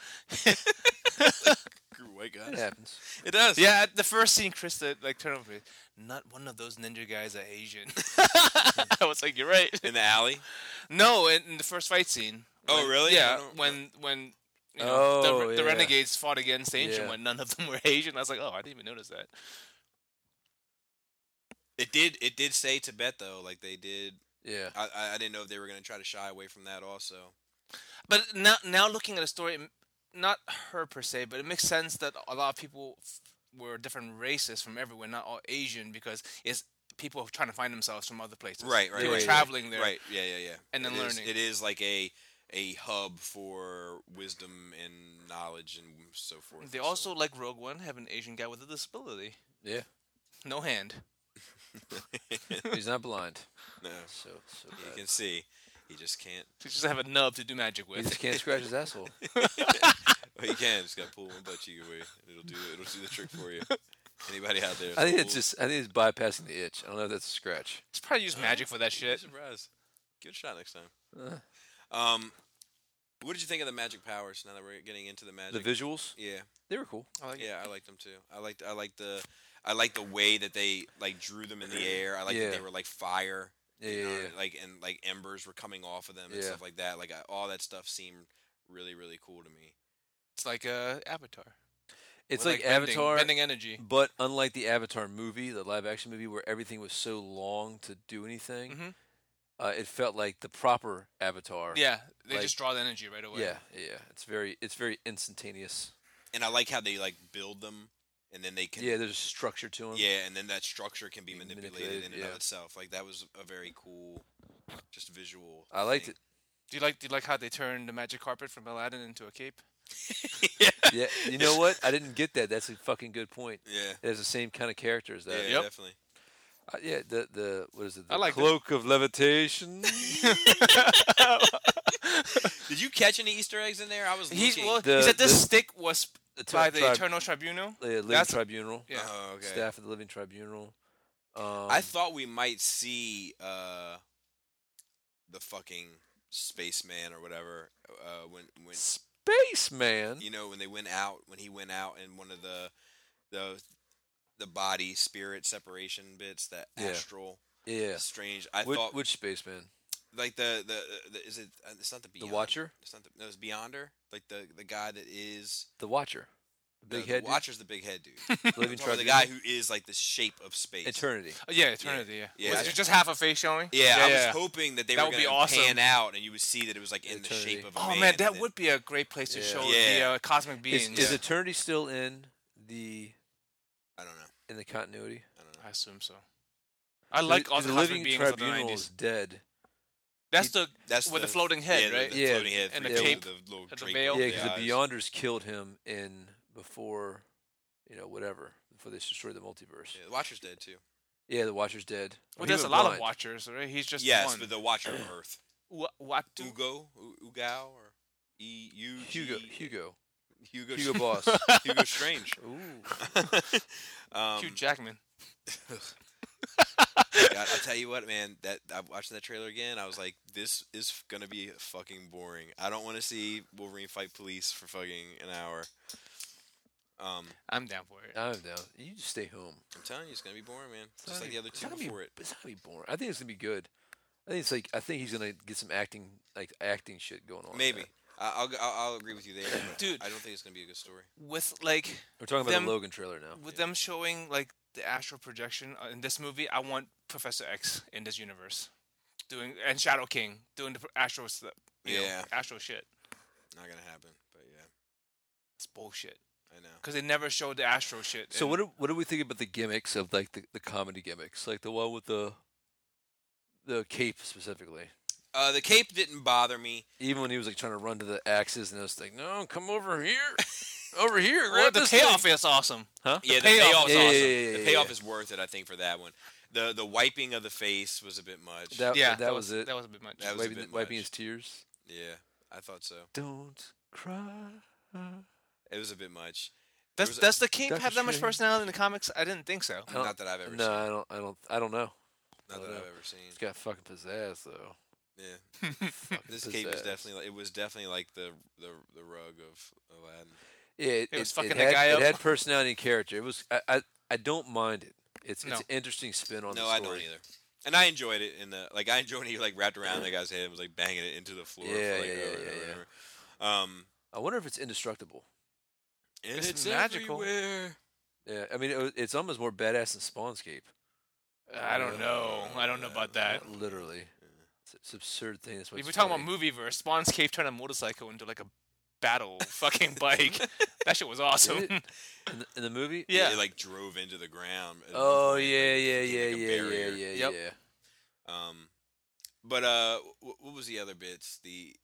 Screw white [laughs]
it
guys.
happens.
It does.
yeah. at The first scene, Chris said, like turn over, not one of those ninja guys are Asian. I was like, "You're [laughs] right."
In the alley.
No, in, in the first fight scene.
Oh,
When-
really? I
Yeah,
don't-
when when you know
Oh,
the, re- the
yeah.
renegades fought against the ancient
Yeah.
one, none of them were Asian. I was like, oh, I didn't even notice that.
It did it did say Tibet though, like they did.
Yeah.
I I, I didn't know if they were gonna try to shy away from that also.
But now now looking at the story, m- not her per se, but it makes sense that a lot of people f- were different races from everywhere, not all Asian, because it's people trying to find themselves from other places.
Right, right,
They were
right,
traveling there.
Right. Yeah, yeah, yeah.
And then
It is-
learning.
it is like a a hub for wisdom and knowledge and so forth.
They
and so
also, like Rogue One, have an Asian guy with a disability,
Yeah.
no hand.
He's not blind.
No,
So, so
you
bad.
can see. He just can't.
He just have a nub to do magic
He
with.
just can't scratch his asshole.
Oh, you can. Just got to pull one butt cheek away. and It'll do. It'll do the trick for
[laughs]
you. Anybody out there?
I think
pull-
it's just. I think it's bypassing the itch. I don't know if that's a scratch.
He's probably used magic for that
You'd be
shit.
surprised. Give it a shot next time. Um, what did you think of the magic powers? Now that we're getting into the magic,
The visuals,
yeah,
they were cool.
I like it.
yeah, I liked them too. I liked. I liked the. I liked the way that they like drew them in the air. I liked
Yeah.
that they were like fire.
Yeah,
you
yeah,
know,
yeah.
Eh, like and like embers were coming off of them and
Yeah.
stuff like that. Like I, all that stuff seemed really really cool to me.
It's like uh, Avatar.
It's
With,
like,
bending-
Avatar,
bending energy.
but unlike the Avatar movie, the live-action movie, where everything was so long to do anything,
Mhm.
uh, it felt like the proper Avatar.
Yeah, they
Like-
just draw the energy right away.
yeah, yeah. It's very, it's very instantaneous.
and I like how they like build them, and then they can
Yeah, there's a structure to them.
yeah, and then that structure can be
Be
manipulated,
manipulated,
in and
yeah.
of itself. Like that was a very cool, just visual.
I liked
[laughs] thing.
it.
Do you like do you like how they turned the magic carpet from Aladdin into a cape?
Yeah, you know what? I didn't get that. That's a fucking good point.
Yeah,
It has the same kind of character as that.
yeah,
Yep.
definitely.
Uh, yeah, the the what is it? The
I like that.
cloak
[laughs]
of levitation.
Did you catch any Easter eggs in there? I was
He's
looking.
well,
The-
he said this
the-
stick was
the tri-
by the
tri- Uh-huh.
Eternal Tribunal.
the living
That's-
tribunal.
Yeah.
Oh, okay.
Staff of the living tribunal. Um,
I thought we might see uh, the fucking spaceman or whatever uh, when when
spaceman.
you know when they went out when he went out and one of the the the body spirit separation bits that
Yeah.
astral
Yeah.
strange. I
Which,
thought
which spaceman?
like the, the the is it uh, it's not the
The
Beyond,
Watcher.
It's not the no, it's Beyonder. Like the the guy that is
The Watcher. The
no,
big
the
head. dude?
Watcher's the big head
[laughs]
dude.
The
I'm [laughs] talking about
living tribunal.
the guy who is like the shape of space.
Eternity.
Oh, yeah, Eternity. Yeah.
Yeah,
Was
yeah.
it just half a face showing?
Yeah, I
yeah.
was hoping that they
That
were
would be
going to
awesome.
pan out and you would see that it was like in the
Eternity.
shape of a
Oh
man.
man,
and
that
then-
would be a great place to
Yeah.
show the
Yeah.
uh, cosmic
Is,
beings.
is Eternity still in the
I don't know.
in the continuity?
I don't know.
I assume so. I like all the,
the
cosmic
living
beings of the
tribunal is
nineties.
dead.
That's the
That's
with the, floating head,
yeah, the-
right?
The,
Yeah,
floating head
and
for
the
the,
cape
the little
and the
drape
veil.
over
Yeah,
the
because the
eyes.
Beyonders killed him in before, you know, whatever, before they destroyed the multiverse.
Yeah, the Watcher's dead too.
Yeah, the Watcher's dead.
Well,
He
there's a
went
lot of
blind.
watchers, right? He's just
yes,
one.
but the Watcher of Earth.
Wha- what do-
Ugo, U- Ugao, or E U G-
Hugo, Hugo,
Hugo,
Hugo Boss.
[laughs] Hugo Strange.
[laughs] Ooh,
[laughs] um,
Hugh Jackman.
God, I'll tell you what, man. That I watched that trailer again. I was like, this is gonna be fucking boring. I don't want to see Wolverine fight police for fucking an hour. Um,
I'm down for it.
I'm down. You just stay home.
I'm telling you, it's gonna be boring, man.
It's
Just
not
like the
gonna-
other
it's
two
not gonna be-
before it.
It's not gonna be boring. I think it's gonna be good. I think it's like I think he's gonna get some acting, like acting shit going on. with
Maybe.
that.
I- I'll, I'll I'll agree with you there, but
Dude.
I don't think it's gonna be a good story.
With like
We're talking about
Them-
the Logan trailer now.
with them showing like the astral projection uh, in this movie, I want Professor X in this universe doing and Shadow King doing the pr- astral stuff. you know,
Yeah.
astral shit.
Not gonna happen. But yeah,
It's bullshit
I know.
because they never showed the astral shit.
So
in-
what do what do we think about the gimmicks of like the, the comedy gimmicks, like the one with the the cape specifically?
Uh, the cape didn't bother me.
Even when he was like trying to run to the axes, and I was like, "No, come over here,
[laughs]
over here."
Well,
grab
the
this thing."
payoff is awesome.
huh?
Yeah, the
payoff-
payoff, is
yeah, yeah,
awesome.
yeah, yeah,
the
yeah,
payoff
yeah.
is worth it, I think, for that one. the The wiping of the face was a bit much.
That,
yeah,
that, was, it.
That was a bit much.
That was a
wiping,
bit
wiping
much.
his tears.
yeah, I thought so.
Don't cry.
It was a bit much. there
Does
was a-
does the king
Doctor
have that much
Strange.
personality in the comics? I didn't think so.
I don't-
Not that I've ever
no,
seen.
I don't. I don't. I don't know.
Not
I
that
don't
I've
know.
ever seen.
It's got fucking pizzazz though.
Yeah,
Fucking
this cape was
pizzazz.
definitely like, it was definitely like the the the rug of Aladdin.
Yeah, it,
It was
it-
fucking
it
the
had,
guy
it
up.
had personality and character. It was. I. I, I don't mind it. It's
No.
it's an interesting spin on
No,
the
I
story.
don't either. And I enjoyed it in the like I enjoyed when he like wrapped around the guy's head and was like banging it into the floor.
Yeah,
for, like,
yeah, yeah,
over and
yeah,
over and
yeah.
over. Um,
I wonder if it's indestructible.
and
It's
it's,
magical.
everywhere.
Yeah, I mean, it, was- it's almost more badass than Spawnscape.
Uh,
I don't know. I don't know about that.
Not literally, it's, it's an absurd thing. That's why
If
it's
we're talking about
funny.
movie verse, Spawn's cave turned a motorcycle into like a battle fucking
[laughs]
bike. that shit was awesome.
Did
[laughs]
it? in the, in the movie.
Yeah.
It like drove into the ground. at one
Oh
point,
yeah,
like,
yeah,
it
yeah,
became, like, a
yeah, yeah,
barrier.
yeah,
Yep.
yeah.
Um, but uh, what, what was the other bits? The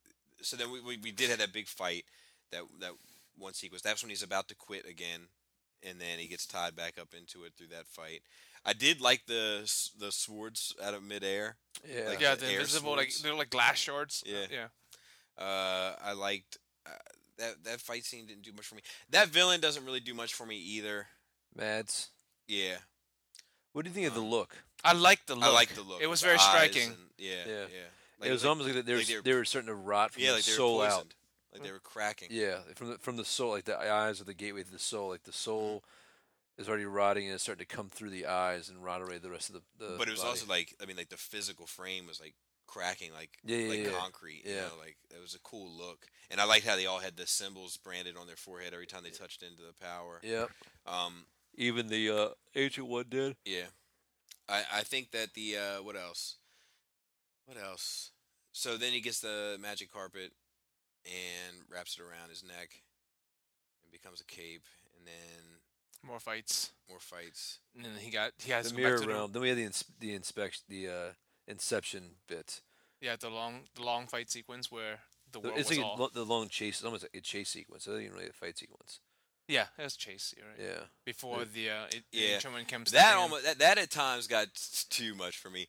so then we, we we did have that big fight that that one sequence. That's when he's about to quit again, and then he gets tied back up into it through that fight. I did like the s- the swords out of midair.
Yeah.
Like,
yeah,
Uh,
the
air
invisible like
swords.
they're like glass shards.
Yeah.
yeah.
Uh, I liked uh, that that fight scene didn't do much for me. That villain doesn't really do much for me either.
Mads,
Yeah,
what do you think of the
um,
look?
I like the look.
I like the look.
It was
the
very
eyes
striking.
and- yeah, yeah,
Yeah.
Like,
it was
like,
almost like they were,
like they were-
they were starting to rot from
yeah,
the
like they were
soul out.
poisoned. Like they were cracking.
Yeah, from the from the soul, like the eyes are the gateway to the soul.
Mm-hmm.
Like the soul is already rotting and it's starting to come through the eyes and rot away the rest of the. the
but it was
body.
also like I mean, like the physical frame was like cracking, like
Yeah, yeah,
like
yeah.
concrete. You
Yeah.
know, like it was a cool look, and I liked how they all had the symbols branded on their forehead every time they touched into the power.
yeah.
Um,
Even the uh, ancient one did.
yeah, I I think that the uh, what else, what else? So then he gets the magic carpet and wraps it around his neck and becomes a cape, and then
More fights.
more fights.
And then he got he has
the
to go back
mirror
to the,
realm. Then we had the ins- the inspection the uh, inception bit.
yeah the long the long fight sequence where the
The-
world
it's
was
like a
all
lo- the long chase. It's almost like a chase sequence. It isn't even really a fight sequence.
yeah it was chase you're right.
Yeah.
before the uh, it,
Yeah.
Truman comes
That almost that, that at times got s- too much for me.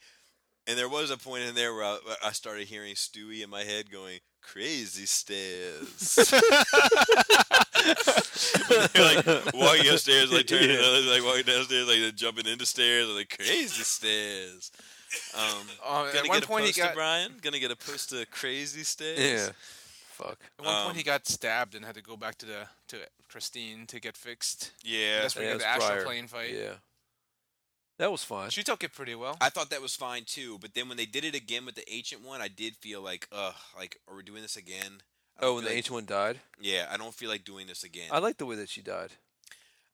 And there was a point in there where I, where I started hearing Stewie in my head going crazy stairs. [laughs] like walking upstairs, like turning, uh, like walking downstairs, like then jumping into stairs, like crazy stairs. Um,
Uh,
gonna
at
get
one
a
point he
poster,
got
Brian. Gonna get a poster, crazy stairs.
Yeah. Fuck.
at one point
um,
he got stabbed and had to go back to the to Christine to get fixed.
yeah.
That's where
Yeah,
you got the
that's
astral
prior.
plane fight.
Yeah. That was fun.
She took it pretty well.
I thought that was fine too, but then when they did it again with the ancient one, I did feel like, ugh, like are we doing this again? I don't
Oh,
feel
when the
like-
ancient one died.
Yeah, I don't feel like doing this again.
I like the way that she died.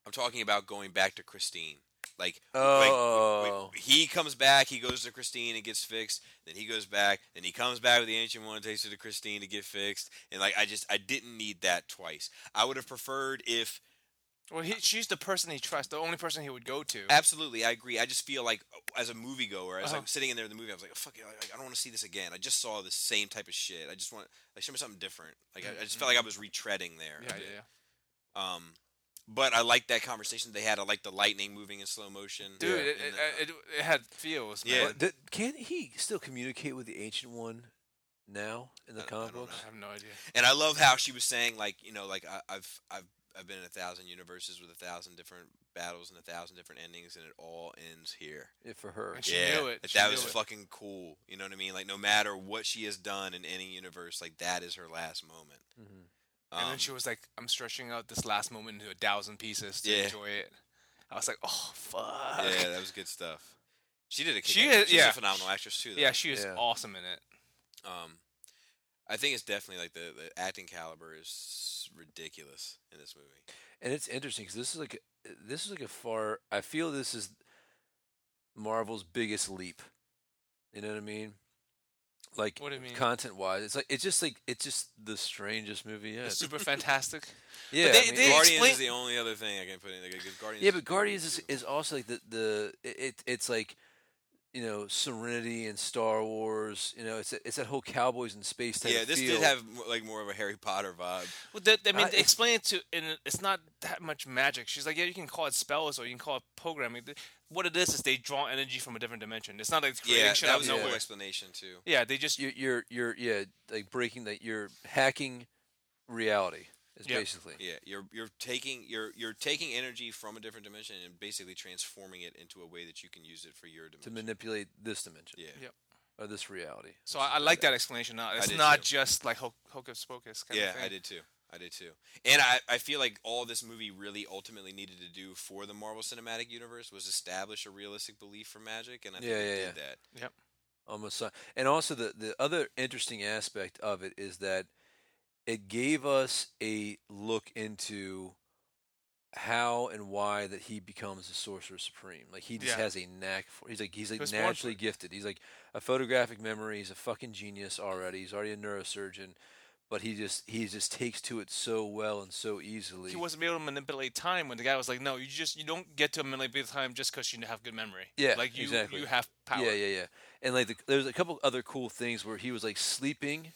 I'm talking about going back to Christine. Like, like,
Oh.
wait, he comes back, he goes to Christine and gets fixed. Then he goes back, then he comes back with the ancient one, takes it to Christine to get fixed. And like, I just, I didn't need that twice. I would have preferred if
Well, he, she's the person he trusts, the only person he would go to.
Absolutely, I agree. I just feel like as a moviegoer, I was
Uh-huh.
like sitting in there in the movie, I was like, "Fuck it, like, I don't want to see this again." I just saw the same type of shit. I just want like show me something different. Like I, I just felt like I was retreading there.
yeah, yeah, yeah.
Um, but I liked that conversation they had. I liked the lightning moving in slow motion.
Dude,
Yeah.
it, it,
And the-
it, it had feels. Man.
Yeah.
But th- can he still communicate with the ancient one now in the
I- I
comic
don't
books?
I have no idea.
and I love how she was saying like you know like I, I've I've I've been in a thousand universes with a thousand different battles and a thousand different endings, and it all ends here.
Yeah, for her.
And she knew it.
Like,
She
that
knew
was
it.
fucking cool. You know what I mean? Like no matter what she has done in any universe, like that is her last moment.
hmm
Um,
and then she was like, "I'm stretching out this last moment into a thousand pieces to
Yeah.
enjoy it." I was like, "Oh fuck!" [laughs]
yeah, that was good stuff. She did a
She
kick-ass-
is-
she's
yeah.
a phenomenal actress too. Though.
[laughs] Yeah, she was
Yeah.
awesome in it.
Um, I think it's definitely like the, the acting caliber is ridiculous in this movie.
And it's interesting because this is like this is like a far. I feel this is Marvel's biggest leap. You know what I mean? Like
What do you mean?
content wise, it's like it's just like it's just the strangest movie yet.
It's super fantastic.
yeah,
they-
I mean,
they
Guardians
explain-
is the only other thing I can put in. Like, 'cause Guardians
yeah,
is
but
good
Guardians is,
too.
is also like the the it it's like you know Serenity and Star Wars. You know, it's that- it's that whole cowboys in space type.
yeah,
of
this
feel.
did have more, like more of a Harry Potter vibe.
[laughs] Well, that, I mean,
Uh,
they explain it to, and it's not that much magic. She's like, yeah, you can call it spells or you can call it programming. Th- What it is is they draw energy from a different dimension. It's not like creating
Yeah,
shit
that
out
was
of
a cool
nowhere.
explanation too.
Yeah, they just
you're, you're you're yeah like breaking that you're hacking reality is
Yep.
basically
Yeah, you're you're taking you're you're taking energy from a different dimension and basically transforming it into a way that you can use it for your
to
dimension.
manipulate this dimension
yeah.
Yep.
or this reality.
So I, I like that explanation. Now it's
did
not
too.
just like ho- hocus pocus. Kind
Yeah,
of thing.
I did too. I did too. And I, I feel like all this movie really ultimately needed to do for the Marvel Cinematic Universe was establish a realistic belief for magic, and I think
Yeah,
they
yeah,
did that.
almost si- and also the the other interesting aspect of it is that it gave us a look into how and why that he becomes the sorcerer supreme like he just
Yeah.
has a knack for he's like he's like
He was born for
naturally
it.
gifted he's like a photographic memory he's a fucking genius already he's already a neurosurgeon but he just he just takes to it so well and so easily
He wasn't able to manipulate time when the guy was like, "No, you just you don't get to manipulate time just because you have good memory.
Yeah,
like you
exactly.
you have power.
Yeah, yeah, yeah. And like the, there's a couple other cool things where he was like sleeping,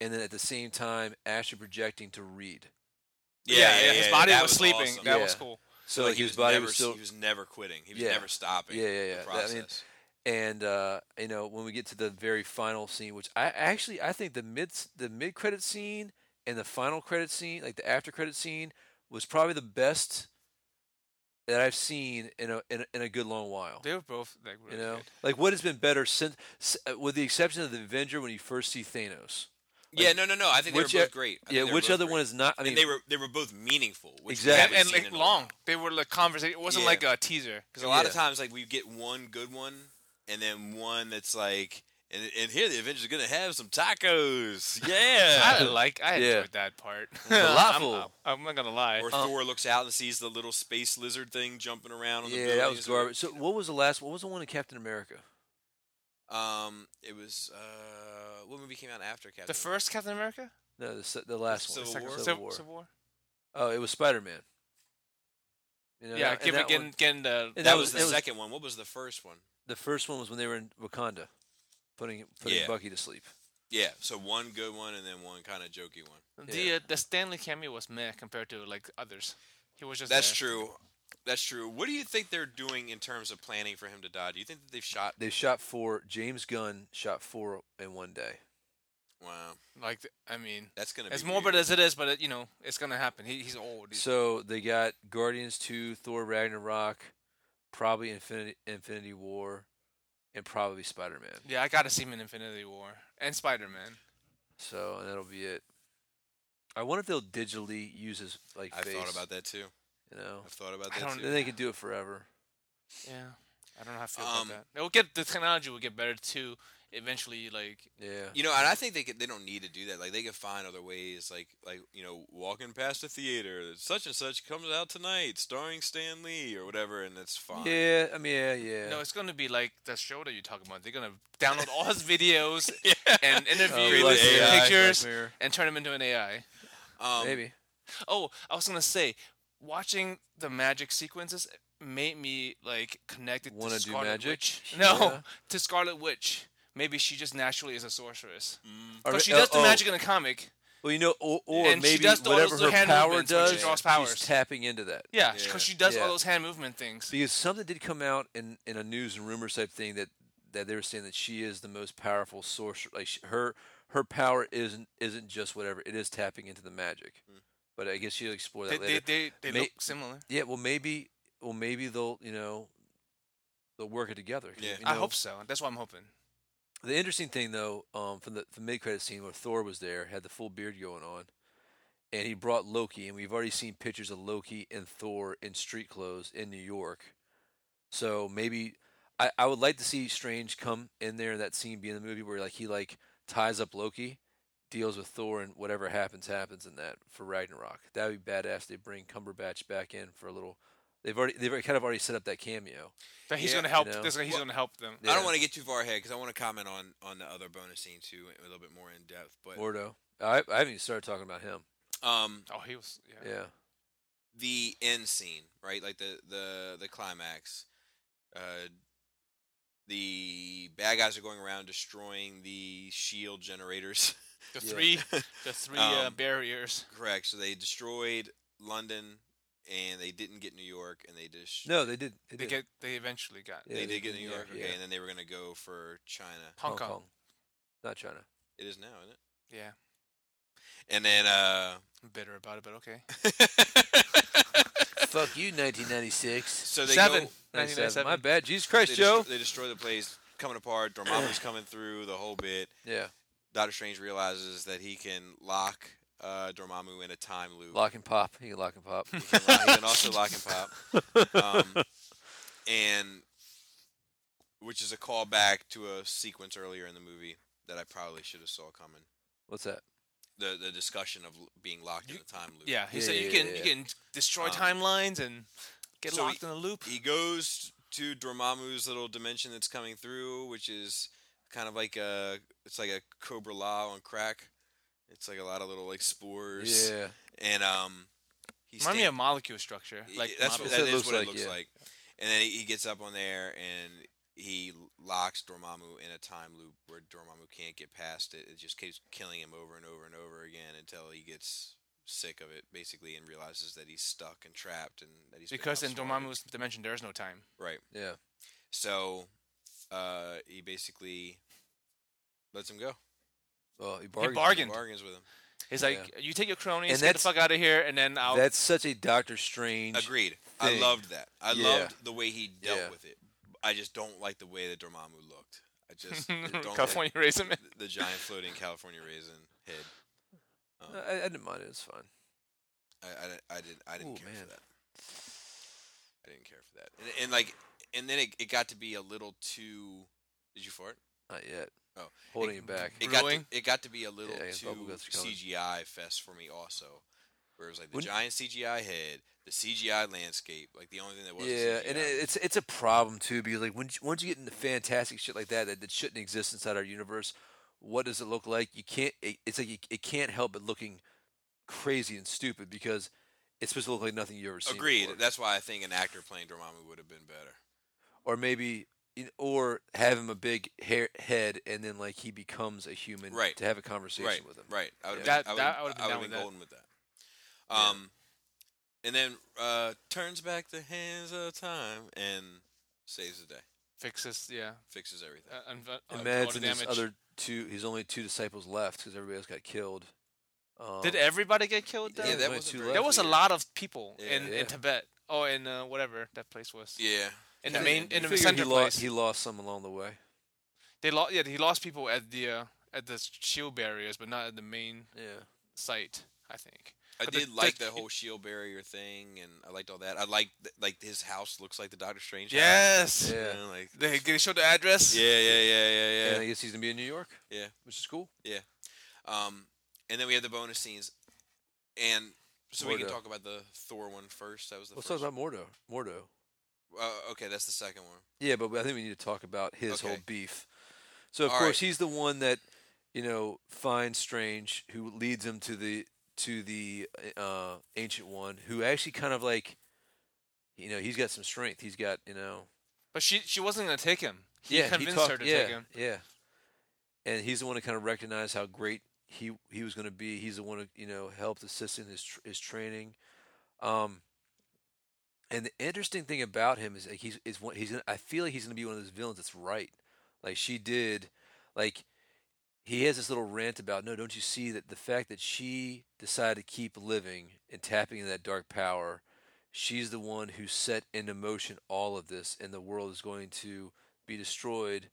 and then at the same time actually projecting to read.
his body
that
was, sleeping.
awesome.
That
Yeah.
was cool.
So
like,
like
he
his
was
body
never,
was still.
he was never quitting. He was
Yeah.
never stopping.
Yeah, yeah, yeah.
The
That- I mean,
process.
and uh, you know when we get to the very final scene, which I actually I think the mid the mid credit scene and the final credit scene, like the after credit scene, was probably the best that I've seen in a in a, in a good long while.
They were both like really
You know,
good.
like what has been better since, s- uh, with the exception of the Avenger when you first see Thanos.
yeah, no, no, no. I think
Which,
they
uh,
were both great. I think
yeah,
they were
which
both
other
great.
one is not? I mean,
and they were they were both meaningful. Which we
Exactly.
haven't
and
seen
like
in a
long. They were like conversation. It wasn't
Yeah.
like a teaser.
Because a lot of
Yeah.
times, like we get one good one, and then one that's like, and, and here the Avengers are gonna have some tacos, yeah.
I like. I
Yeah.
enjoyed that part. [laughs]
Falafel.
I'm, I'm not gonna lie.
Or Thor looks out and sees the little space lizard thing jumping around [laughs] on the
yeah, that
buildings.
was garbage. So what was the last? What was the one in Captain America?
Um, it was uh, what movie came out after Captain?
the first Captain America.
No, the, se- the last
Civil
one.
War?
Civil
Civil, Civil War.
Oh, it was Spider Man. You know,
yeah,
and
give
that
it
one-
getting, getting the.
and
that was
was-
the
it was-
second one. What was the first one?
the first one was when they were in Wakanda, putting putting
Yeah.
Bucky to sleep.
Yeah, so one good one and then one kind of jokey one.
The, uh, the Stanley cameo was meh compared to like others. He was just
That's
there.
true. That's true. What do you think they're doing in terms of planning for him to die? Do you think that they've shot?
They shot four. James Gunn shot four in one day.
Wow,
Like th- I mean,
that's gonna.
as
be
morbid
weird.
as it is, but it, you know, it's gonna happen. He, he's old. He's-
So they got Guardians two, Thor Ragnarok, probably Infinity Infinity War, and probably Spider Man.
yeah, I gotta see him in Infinity War and Spider Man.
So and that'll be it. I wonder if they'll digitally use his like
I've
face.
thought about that too.
You know,
I've thought about
I
that
don't-
too.
then they could do it forever.
Yeah, I don't know how I feel
Um,
about that. It'll get the technology will get better too. Eventually, like
Yeah.
You know, and I think they could, they don't need to do that. Like they could find other ways. Like like you know, walking past a theater, such and such comes out tonight, starring Stan Lee or whatever, and that's
um,
fine. [laughs]
Yeah. I mean, yeah, yeah.
no, it's gonna be like the show that you're talking about. They're gonna download
[laughs]
all his videos and interviews,
Black
Create an
and
AI.
pictures,
Mirror.
and turn him into an AI.
Um,
Maybe.
Oh, I was gonna say, watching the magic sequences made me like connected
Wanna
to
do
Scarlet
magic?
Witch. No, [laughs]
Yeah.
to Scarlet Witch. Maybe she just naturally is a sorceress.
Or
But she
ma-
does the
oh,
magic in the comic.
Well, you know, or, or
And she
maybe
does the- all
whatever
those little
her
hand
power
movements when
does,
she draws
she's
powers.
tapping into that.
Yeah, because
Yeah.
she does
Yeah.
all those hand movement things.
Because something did come out in, in a news and rumors type thing that, that they were saying that she is the most powerful sorcerer. Like she, her her power isn't isn't just whatever; it is tapping into the magic. But I guess you'll explore
Hmm. They
that
they
later.
they, they
Ma-
look similar.
yeah, well, maybe, well, maybe they'll you know they'll work it together. 'Cause,
Yeah.
you
I
know,
hope so. That's what I'm hoping.
The interesting thing, though, um, from the, the mid credit scene where Thor was there, had the full beard going on, and he brought Loki, and we've already seen pictures of Loki and Thor in street clothes in New York. So maybe I, I would like to see Strange come in there. That scene be in the movie where like he like ties up Loki, deals with Thor, and whatever happens happens in that for Ragnarok. That would be badass. They bring Cumberbatch back in for a little. They've already they've already- kind of already set up that cameo.
That he's
Yeah,
gonna help.
you know.
This guy, he's gonna help them.
I
Yeah.
don't want to get too far ahead because I want to comment on on the other bonus scene too a little bit more in depth. But
Mordo. I I haven't even started talking about him.
um,
Oh, he was. Yeah.
Yeah.
the end scene, right? Like the the the climax. Uh, the bad guys are going around destroying the shield generators.
The
Yeah. [laughs]
three, the three uh,
Um,
barriers.
Correct. So they destroyed London, and they didn't get New York, and they just
No, they did. They,
They
did.
get. They eventually got.
Yeah,
they
they
did get
did
New
New
York.
York,
Okay,
yeah.
and then they were gonna go for China.
Hong, Kong.
Not China.
It is now, isn't it?
Yeah.
And then uh,
I'm bitter about it, but okay.
Fuck you, 1996.
[laughs] so they
Seven.
go.
1997.
My bad. Jesus Christ,
They,
Joe.
dest- they destroy the place, coming apart. Dormammu's coming through the whole bit.
Yeah.
Doctor Strange realizes that he can lock uh, Dormammu in a time loop.
Lock and pop. He can lock
[laughs]
and pop.
He can, lock- he can also lock and pop,
[laughs]
um, and which is a callback to a sequence earlier in the movie that I probably should have saw coming.
What's that?
The the discussion of l- being locked in
You-
a time loop.
Yeah, he
Yeah,
said
yeah,
you
yeah,
can
yeah.
you can destroy
Um,
timelines and get
so
locked in a loop.
he goes to Dormammu's little dimension that's coming through, which is kind of like a it's like a Cobra La on crack. It's like a lot of little like spores.
Yeah.
And um, he
Remind me
stand-
of molecule structure.
y-
Like
that's
Mobius.
what
That's
that
what it
is
looks
what
like,
it looks
yeah.
like. And then he gets up on there and he locks Dormammu in a time loop where Dormammu can't get past it. It just keeps killing him over and over and over again until he gets sick of it basically and realizes that he's stuck and trapped and that he's been
[laughs] because in
outsmarted.
Dormammu's dimension there is no time.
right
Yeah.
so uh, he basically lets him go.
Well, he bargained.
bargained.
Bargains with him.
He's like, you take your cronies,
And
get the
that's-
fuck out of here, and then I'll. [laughs]
That's such a Doctor Strange.
Agreed.
thing.
I loved that. I
Yeah.
loved the way he dealt
Yeah.
with it. I just don't like the way that Dormammu looked. I
[laughs]
just I don't like
California [laughs] raisin man.
the giant floating California raisin head. Um,
I, I didn't mind it. It's fine.
I, I, I didn't I didn't
Ooh,
care
man.
for that. I didn't care for that. And, and like and then it, it got to be a little too. Did you fart?
Not yet.
Oh.
Holding it back.
It got, to,
Brewing?
it got to be a little
Yeah, it's
too
bubblegum's colors.
CGI fest for me also. Where it was like the
Wouldn't-
giant CGI head, the CGI landscape, like the only thing that was
yeah,
CGI.
and it, it's it's a problem too because like when, once you get into fantastic shit like that, that that shouldn't exist inside our universe, what does it look like? You can't. It, it's like you, it can't help but looking crazy and stupid because it's supposed to look like nothing you ever seen.
Agreed.
before.
That's why I think an actor playing Dormammu would have been better.
or maybe you know, or have him a big hair head and then like he becomes a human
Right.
to have a conversation
Right.
with him.
Right. I would have
Yeah. That-
been,
that
I
I
would
would've been
I would
down
have
with
been
that.
golden with that. Um, and then uh, turns back the hands of time and saves the day,
Fixes, yeah.
fixes everything.
Uh, and, uh, all the
Imagine his
damage.
other two his only two disciples left because everybody else got killed. Um,
Did everybody get killed? Though?
yeah,
there's
that
only
was
two
very
left.
there was a
weird.
lot of people
Yeah.
in,
Yeah.
in Tibet. Oh, in uh, whatever that place was.
Yeah.
In the
Yeah,
main,
you
in the
Figured he
center place.
lost he lost some along the way.
They lost. Yeah, he lost people at the uh, at the shield barriers, but not at the main
Yeah.
site. I think.
I
But the-
did like
the-
the whole shield barrier thing, and I liked all that. I liked th- like his house looks like the Doctor Strange. house,
Yes.
you
Yeah.
know, like
They, they showed the address.
yeah, yeah, yeah, yeah, yeah.
And I guess he's gonna be in New York.
Yeah.
Which is cool.
Um, and then we have the bonus scenes, and so we can
Mordo.
talk about the Thor one first. That was the
Let's talk
first.
about Mordo. Mordo.
Uh, okay, that's the second one.
Yeah, but I think we need to talk about his whole
Okay.
beef. So of
All right.
course he's the one that you know finds Strange, who leads him to the to the uh, Ancient One, who actually kind of like you know he's got some strength. He's got you know
But she she wasn't gonna take him. He
yeah
convinced
talked-
her to
yeah,
take him.
Yeah, and he's the one to kind of recognize how great he he was going to be. He's the one who you know helped assist in his tr- his training. Um, and the interesting thing about him is like he's is one he's gonna, I feel like he's going to be one of those villains that's right. Like she did, like he has this little rant about no, don't you see that the fact that she decided to keep living and tapping into that dark power. She's the one who set into motion all of this, and the world is going to be destroyed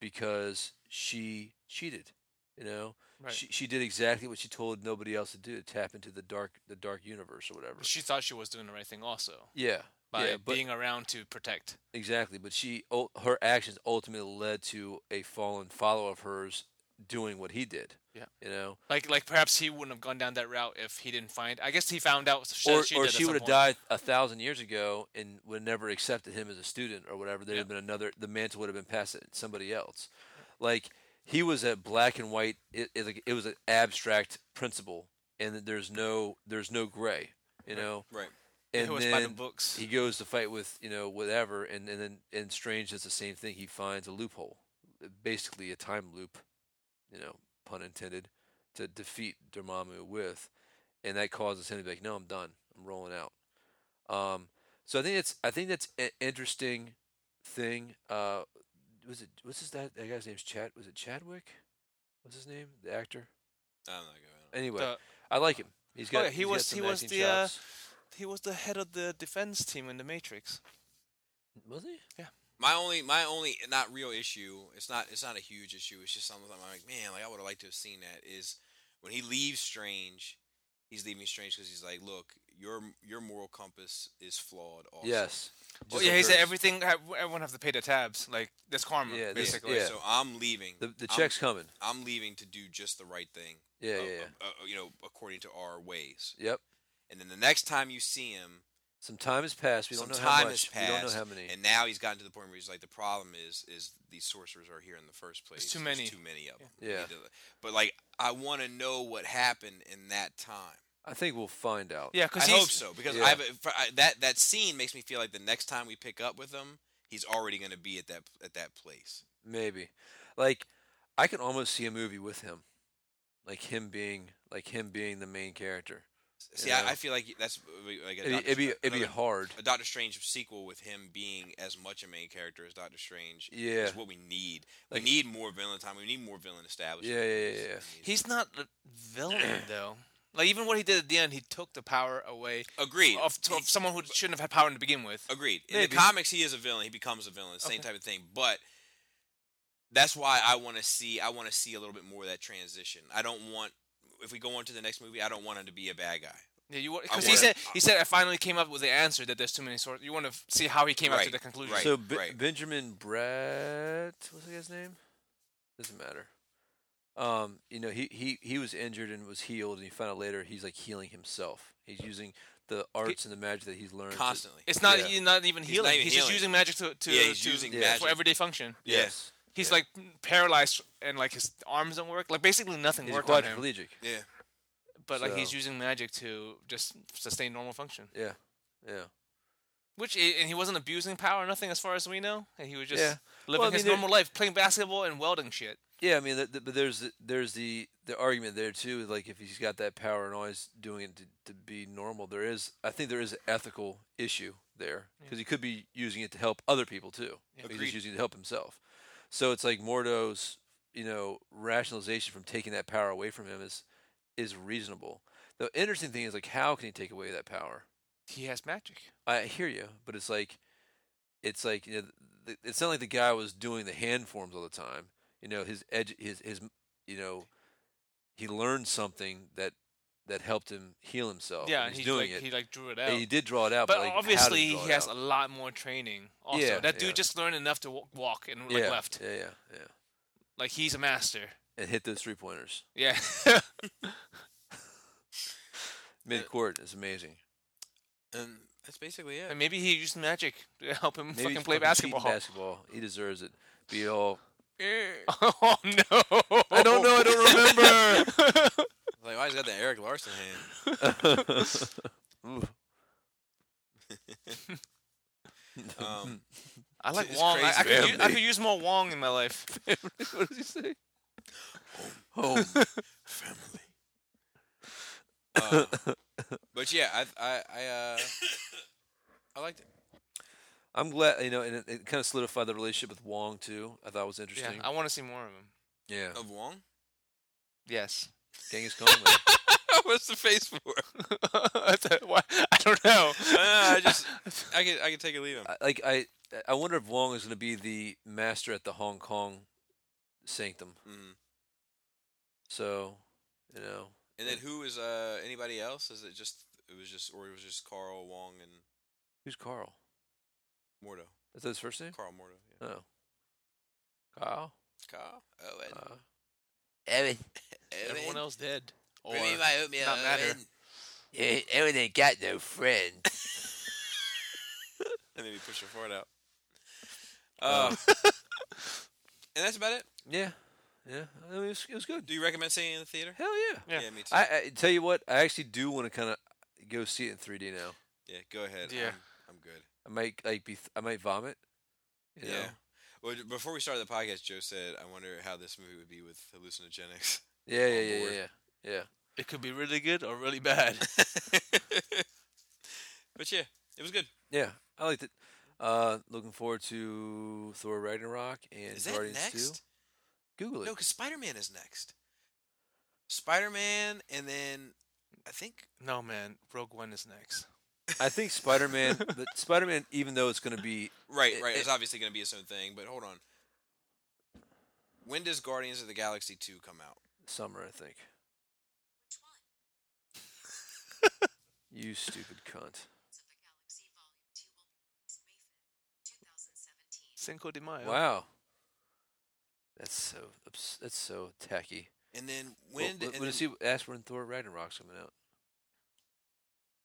because she cheated. You know,
Right.
she she did exactly what she told nobody else to do to tap into the dark the dark universe or whatever.
She thought she was doing the right thing also
yeah,
by
yeah, but
being around to protect.
exactly. But she ul- her actions ultimately led to a fallen follower of hers doing what he did.
Yeah.
you know,
Like like perhaps he wouldn't have gone down that route if he didn't find. I guess he found out. She,
or
she
or
did at
she
some
would have
point.
died a thousand years ago and would have never accepted him as a student or whatever. There'd
Yeah.
have been another. The mantle would have been passed to somebody else. Like he was a black and white. It it, like, it was an abstract principle, and that there's no there's no gray. You know,
Right.
and
It was by the
then
books.
he goes to fight with you know whatever, and and then and Strange does the same thing. He finds a loophole, basically a time loop, you know, pun intended, to defeat Dormammu with, and that causes him to be like, no, I'm done. I'm rolling out. Um, so I think it's I think that's an interesting thing. Uh, was it what's his that that guy's name's Chad? Was it Chadwick? What's his name? The actor.
I'm not going.
Anyway,
The- Oh,
I like him. He's got.
yeah, he
he's got
was-
some
he was
acting
the, uh,
chops.
he was the head of the defense team in the Matrix.
was he?
My only, my only, not real issue. It's not, it's not a huge issue. It's just something I'm like, man, like I would have liked to have seen that. Is when he leaves Strange, he's leaving Strange because he's like, look, your your moral compass is flawed. Also.
Yes.
Oh
Just
yeah,
the
he said
verse.
everything. Everyone have to pay the tabs. Like that's karma,
Yeah, this-
basically.
yeah.
So I'm leaving.
The, the
I'm-
check's coming.
I'm leaving to do just the right thing.
Yeah,
uh,
yeah, yeah.
uh, uh, you know, according to our ways.
Yep.
And then the next time you see him,
Some time has passed. We
some
don't know
time
how much.
has passed.
We don't know how many.
And now he's gotten to the point where he's like, the problem is, is these sorcerers are here in the first place.
too
There's
many.
too many of them. We
Yeah.
need to- But like, I want to know what happened in that time.
I think we'll find out.
Yeah, because
I
he's
hope so because
Yeah.
I have a, for, I, that that scene makes me feel like the next time we pick up with him, he's already going to be at that at that place.
Maybe. Like, I can almost see a movie with him, like him being like him being the main character.
See,
Yeah.
I, I feel like that's like a Doctor
It'd, be- it'd be
Str-
it'd be
another-
hard.
a Doctor Strange sequel with him being as much a main character as Doctor Strange
Yeah.
is what we need.
Like-
we need more villain time. We need more villain establishment.
Yeah, yeah, yeah, yeah.
he's not a villain though. Like even what he did at the end, he took the power away
agreed.
of, of someone who shouldn't have had power to begin with.
agreed. In
Maybe.
the comics, he is a villain. He becomes a villain. Same
Okay.
type of thing, but. That's why I want to see. I want to see a little bit more of that transition. I don't want if we go on to the next movie. I don't want him to be a bad guy.
Yeah, you because he
wanna-
said he said I finally came up with the answer that there's too many sources. You want to see how he came up to
Right,
the conclusion.
right.
so Be-
right.
Benjamin Brett, what's the guy's name? Doesn't matter. Um, you know, he, he he was injured and was healed, and you find out later he's like healing himself. He's using the arts and the magic that he's learned to-
Constantly.
It's not
Yeah.
he's not even
He's not
healing.
even
he's just
healing.
using magic to, to,
Yeah, he's
to-
using
for
magic.
everyday function.
Yes,
He's
Yeah.
like paralyzed and like his arms don't work. Like basically nothing
he's a
worked on him.
quadriplegic.
Yeah.
but like he's
So-
using magic to just sustain normal function.
Yeah, yeah.
Which i- and he wasn't abusing power or nothing as far as we know, and he was just
Yeah.
living
Well, I
his
mean, there-
normal life, playing basketball and welding shit.
Yeah, I mean, th th- but there's the, there's the the argument there too. Like if he's got that power and always doing it to, to be normal, there is I think there is an ethical issue there because he could be using it to help other people too.
Yeah.
He's
Agreed.
just using it to help himself. So it's like Mordo's, you know, rationalization from taking that power away from him is is reasonable. The interesting thing is like how can he take away that power?
He has magic.
I hear you, but it's like, it's like you know, th- it's not like the guy was doing the hand forms all the time. You know, his edge, his his, you know, he learned something that that helped him heal himself.
yeah,
and
and
Oh, he's
he
doing
like
it.
he like drew it out.
and he did draw it out,
but
but, like, how did
obviously he
draw it
has
out?
a lot more training. Also,
Yeah,
that dude
yeah.
just learned enough to wa- walk and like
yeah,
left.
Yeah, yeah, yeah,
Like he's a master.
and hit those three pointers
Yeah. Uh,
mid court is amazing.
And that's basically it.
[laughs] and maybe he used magic to help him
Maybe
fucking
he's
play
fucking cheating
basketball.
Basketball, he deserves it. Be
[laughs]
all.
oh no!
I don't know. I don't [laughs] remember.
Like, why he's got the Eric Larson hand? [laughs]
Ooh.
Um,
[laughs] I like
It's
Wong. I, I,
crazy.
could use, I could use more Wong in
[laughs]
my life.
what does he say? Home.
family. Uh, but yeah, I I I, [laughs] uh, I liked it.
I'm glad you know, and it, it kind of solidified the relationship with Wong too. I thought was
Yeah,
interesting.
I want to see more of him.
Yeah,
Of Wong, [laughs]
[laughs]
[laughs] Yes.
Genghis Khan. like,
what's the face for?
[laughs] I said, "Why?" I don't
[laughs]
know.
I just I could I could take a leave him.
[laughs] I- like I, I wonder if Wong is going to be the master at the Hong Kong sanctum.
Mhm.
So, you know,
And then who is uh anybody else? Is it just it was just or it was just Carl Wong and
who's Carl?
Mordo?
Is that his first name?
Carl Mordo. Yeah.
No. Kyle.
Carl. Owen.
Uh, Evan.
Everyone else dead. Or
Bring me my oatmeal.
not matter.
Owen.
Yeah, Evan ain't got no friend.
And maybe push your fart out. Uh, [laughs] and that's about it.
yeah, yeah. I mean, it was, it was good.
Do you recommend seeing it in the theater?
Hell yeah.
Yeah.
me too.
I, I tell you what, I actually do want to kind of go see it in 3D now.
yeah, go ahead.
Yeah.
I'm, I'm good.
I might like be, th- I might vomit. You know?
Yeah. Well, d- before we started the podcast, Joe said, "I wonder how this movie would be with hallucinogenics." [laughs]
Yeah, yeah,
On
yeah, yeah,
board.
yeah, yeah.
It could be really good or really bad.
but yeah, it was good.
Yeah, I liked it. Uh, looking forward to Thor Ragnarok and
Is that
Guardians
next?
2. Google it.
No, because Spider Man is next. Spider Man, and then I think
no, man. Rogue One is next.
I think
[laughs]
Spider Man. Spider Man, even though it's going to be
right,
It-
right. It's
it-
obviously going to be its own thing. But hold on. When does Guardians of the Galaxy two come out?
summer, I think. you stupid cunt.
Cinco de Mayo.
Wow. That's so obs- that's so tacky.
And then
Well,
when? d-
let-
and
let's
then
see. Ask when Thor Ragnarok's coming out.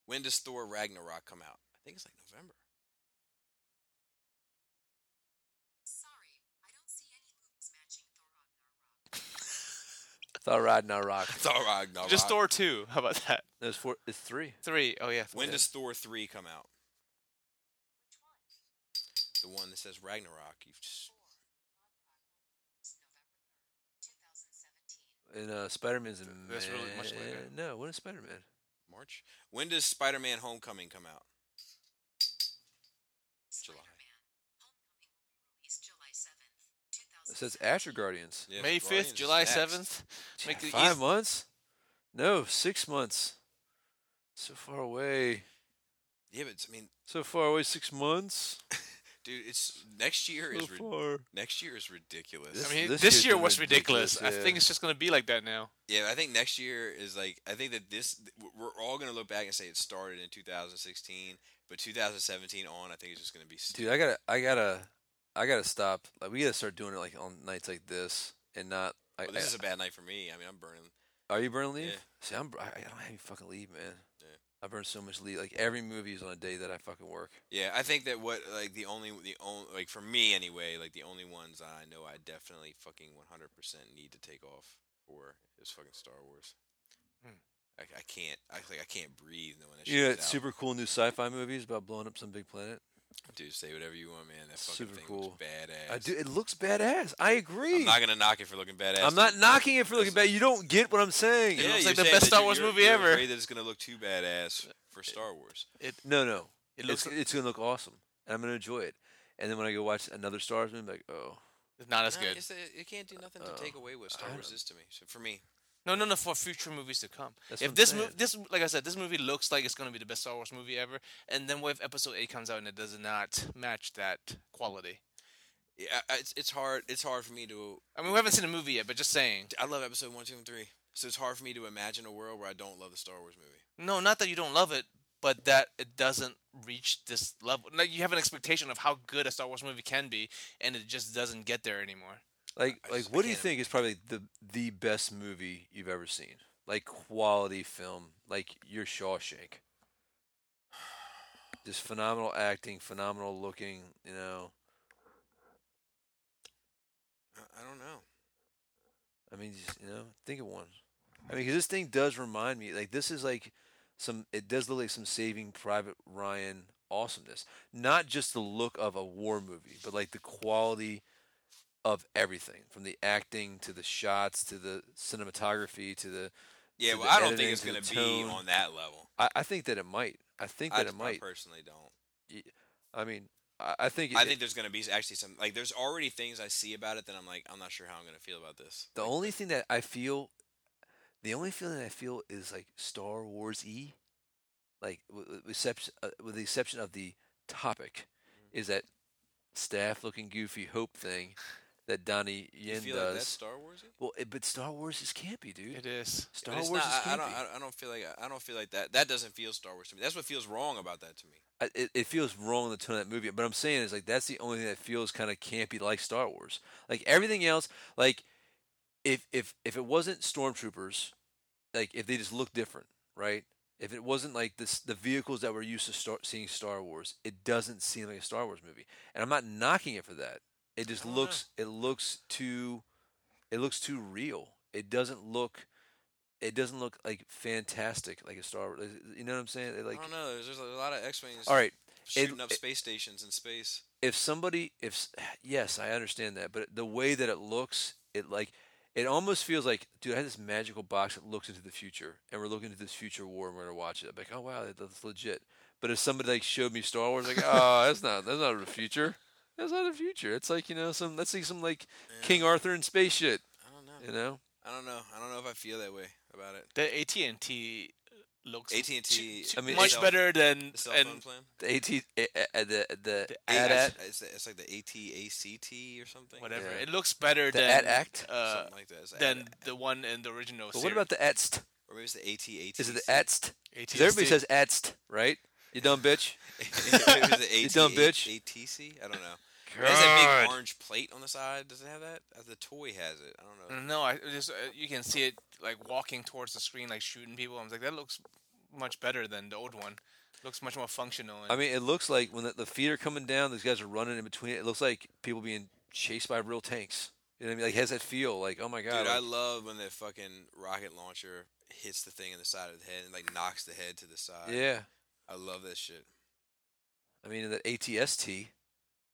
when does Thor Ragnarok come out? I think it's like November. [laughs]
Thor Ragnarok.
Thor Ragnarok.
Just Thor 2. How about that?
There's four. It's three.
3. Oh, yeah.
When
three.
does Thor three come out? The one that says Ragnarok. You've just
And uh, Spider Man's in.
That's really much later.
No, when is Spider Man?
March. When does Spider-Man: Homecoming come out? July.
It says after Guardians.
Yeah,
May
Guardians
5th,
is
July
next.
7th. Make
Yeah,
it
five
eas-
months? No, six months. So far away.
Yeah, but it's- I mean,
So far away. Six months.
dude, it's next year
So
is ri-
far.
next year is ridiculous.
I
This-
mean,
this
this,
year's
year
been
was ridiculous.
ridiculous,
I
yeah.
think it's just going to be like that now.
yeah, I think next year is like I think that this w- we're all gonna look back and say it started in 2016, but 2017 on, I think it's just gonna be. St-
Dude, I gotta, I gotta, I gotta stop. Like, we gotta start doing it like on nights like this, and not. I,
well, this
I-
is a bad night for me. I mean, I'm burning.
are you burning leave?
Yeah.
See, I'm. I, I don't have any fucking leave, man.
Yeah.
I burn so much leave. Like every movie is on a day that I fucking work.
Yeah, I think that what like the only the only like for me anyway, like the only ones I know I definitely fucking 100% need to take off for is fucking Star Wars.
Hmm.
I, I can't. I like I can't breathe knowing that shit
You know
is
that
out.
super cool new sci-fi movies about blowing up some big planet.
Dude, say whatever you want, man. That fucking
Super
thing
cool.
looks badass.
I do. It looks badass. I agree.
I'm not gonna knock it for looking badass.
I'm not
dude.
knocking it for looking
That's-
bad. You don't get what I'm saying.
Yeah,
looks
you're
like the
saying
best
that
Star
you're-
Wars
you're-
movie
you're
ever.
Afraid that it's gonna look too badass for Star Wars.
No, no.
It looks
it's, it's gonna look awesome, and I'm gonna enjoy it. And then when I go watch another Star Wars movie, I'm like, oh,
it's not as
Nah,
good.
it's- It, it can't do nothing
Oh,
to take away what Star
I
Wars
don't-
is to me. So for me,
No, no, no. For future movies to come.
That's what
if
I'm
this
saying.
movie, this like I said, this movie looks like it's going to be the best Star Wars movie ever, and then what if Episode Eight comes out and it does not match that quality?
yeah, I- it's it's hard. It's hard for me to.
I mean, we haven't seen the movie yet, but just saying.
I love Episode one, two, and three. So it's hard for me to imagine a world where I don't love the Star Wars movie.
No, not that you don't love it, but that it doesn't reach this level. Like you have an expectation of how good a Star Wars movie can be, and it just doesn't get there anymore.
like,
I
like,
just- I
what do you
can't-
think is probably the the best movie you've ever seen? Like quality film, like your Shawshank. Just phenomenal acting, phenomenal looking. You know,
I, I don't know.
I mean, just, you know, think of one. I mean, because this thing does remind me, like, this is like some, it does look like some Saving Private Ryan awesomeness. Not just the look of a war movie, but like the quality of everything from the acting to the shots to the cinematography to the.
Yeah,
to
well,
the
I don't think
editing,
it's
to the
gonna be
tone.
on that level.
I, I think that it might. I think
I,
that
just,
it
I
might.
personally don't.
I mean, I, I think.
I
it-
think there's gonna be actually some like there's already things I see about it that I'm like I'm not sure how I'm gonna feel about this.
The only thing that I feel, the only feeling I feel is like Star Wars e, like with, with, excep- uh, with the exception of the topic,
Mm-hmm.
is that staff looking goofy hope thing that Donnie
You
Yen
feel like that's
does.
Star Warsy?
well, it, but Star Wars is campy, dude.
It is.
Star
But it's
Wars is
not- I, I
campy.
don't. I don't- I don't feel like. I don't feel like that. That doesn't feel Star Wars to me. That's what feels wrong about that to me.
I- it, it feels wrong in the tone of that movie. But I'm saying is like that's the only thing that feels kind of campy, like Star Wars. Like everything else, like if if if it wasn't stormtroopers, like if they just looked different, right? If it wasn't like this, the vehicles that we're used to star, seeing Star Wars, it doesn't seem like a Star Wars movie. And I'm not knocking it for that. It just
I don't know.
looks it looks too it looks too real. It doesn't look it doesn't look like fantastic like a Star Wars. You know what I'm saying? It, like
I don't know. There's, there's a lot of X-wings.
all right,
shooting
it-
up
it-
space stations in space.
if somebody if s- [sighs] yes i understand that but the way that it looks it like it almost feels like dude i had this magical box that looks into the future and we're looking into this future war and we're gonna watch it i'm like oh wow that, that's legit but if somebody like showed me star wars like oh that's not that's not the future that's not the future it's like you know some let's see some like king arthur and space shit
I don't know.
you know
I don't know. I don't know if I feel that way about it.
The AT and T looks
AT&T
too- too
I mean,
much
cell-
better than
The cell phone
and
plan.
the at eh, eh, eh, the the
It's-
ad act
It's, it's like the ATACT or something.
whatever.
Yeah.
It looks better
the
than
ad act
uh,
something like that. It's
than
AT-AT.
the one in the original.
but what about the atst
or maybe it's the ATAT.
is it the atst 'Cause
AT?
everybody says atst right you dumb bitch
[laughs]
[laughs]
maybe it's the
You dumb bitch.
ATC. I don't know. It has that big orange plate on the side. Does it have that? Uh, The toy has it. I don't know.
No, I it just uh, you can see it like walking towards the screen, like shooting people. I was like, that looks much better than the old one. Looks much more functional. And
I mean, it looks like when the, the feet are coming down, these guys are running in between it. It looks like people being chased by real tanks. You know what I mean? Like, has that feel? Like, oh my god!
Dude, I
like-
love when that fucking rocket launcher hits the thing in the side of the head and like knocks the head to the side.
yeah.
I love that shit.
I mean, that ATST,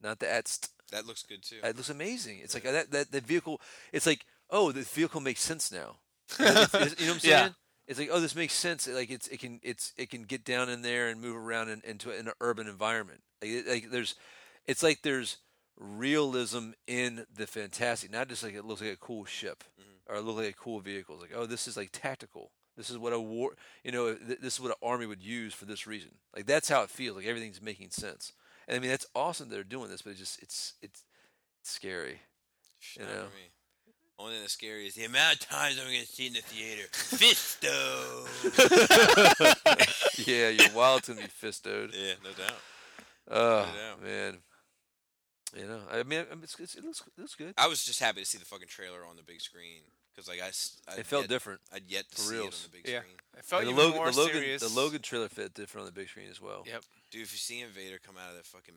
not the ATST.
That looks good too.
It looks amazing. It's like that that the vehicle. It's like, oh, the vehicle makes sense now. It's- it's- you know what I'm saying?
Yeah.
It's like, oh, this makes sense. Like, it's it can it's it can get down in there and move around in, into an urban environment. Like, it, like there's, it's like there's realism in the fantastic, not just like it looks like a cool ship or it looks like a cool vehicle. It's like, oh, this is like tactical. This is what a war, you know, th- this is what an army would use for this reason. Like that's how it feels. Like everything's making sense. And I mean, that's awesome that they're doing this, but it's just it's it's it's scary. [laughs]
Shh,
you
not for
know.
me. Only thing that's scary is the amount of times I'm gonna see it in the theater. Fisto.
[laughs] yeah, your wild's gonna be fistoed.
yeah, no doubt.
Oh
doubt.
man, you know, I mean, I mean, it's, it's, it looks it looks good.
I was just happy to see the fucking trailer on the big screen because like I, s- I'd
It felt
yet,
different.
I'd yet to
For
see it on
reals.
the big
Yeah.
screen.
it felt
the
even
Logan,
more
the Logan,
serious. [laughs]
the Logan trailer fit different on the big screen as well.
Yep.
Dude, if you see Invader come out of that fucking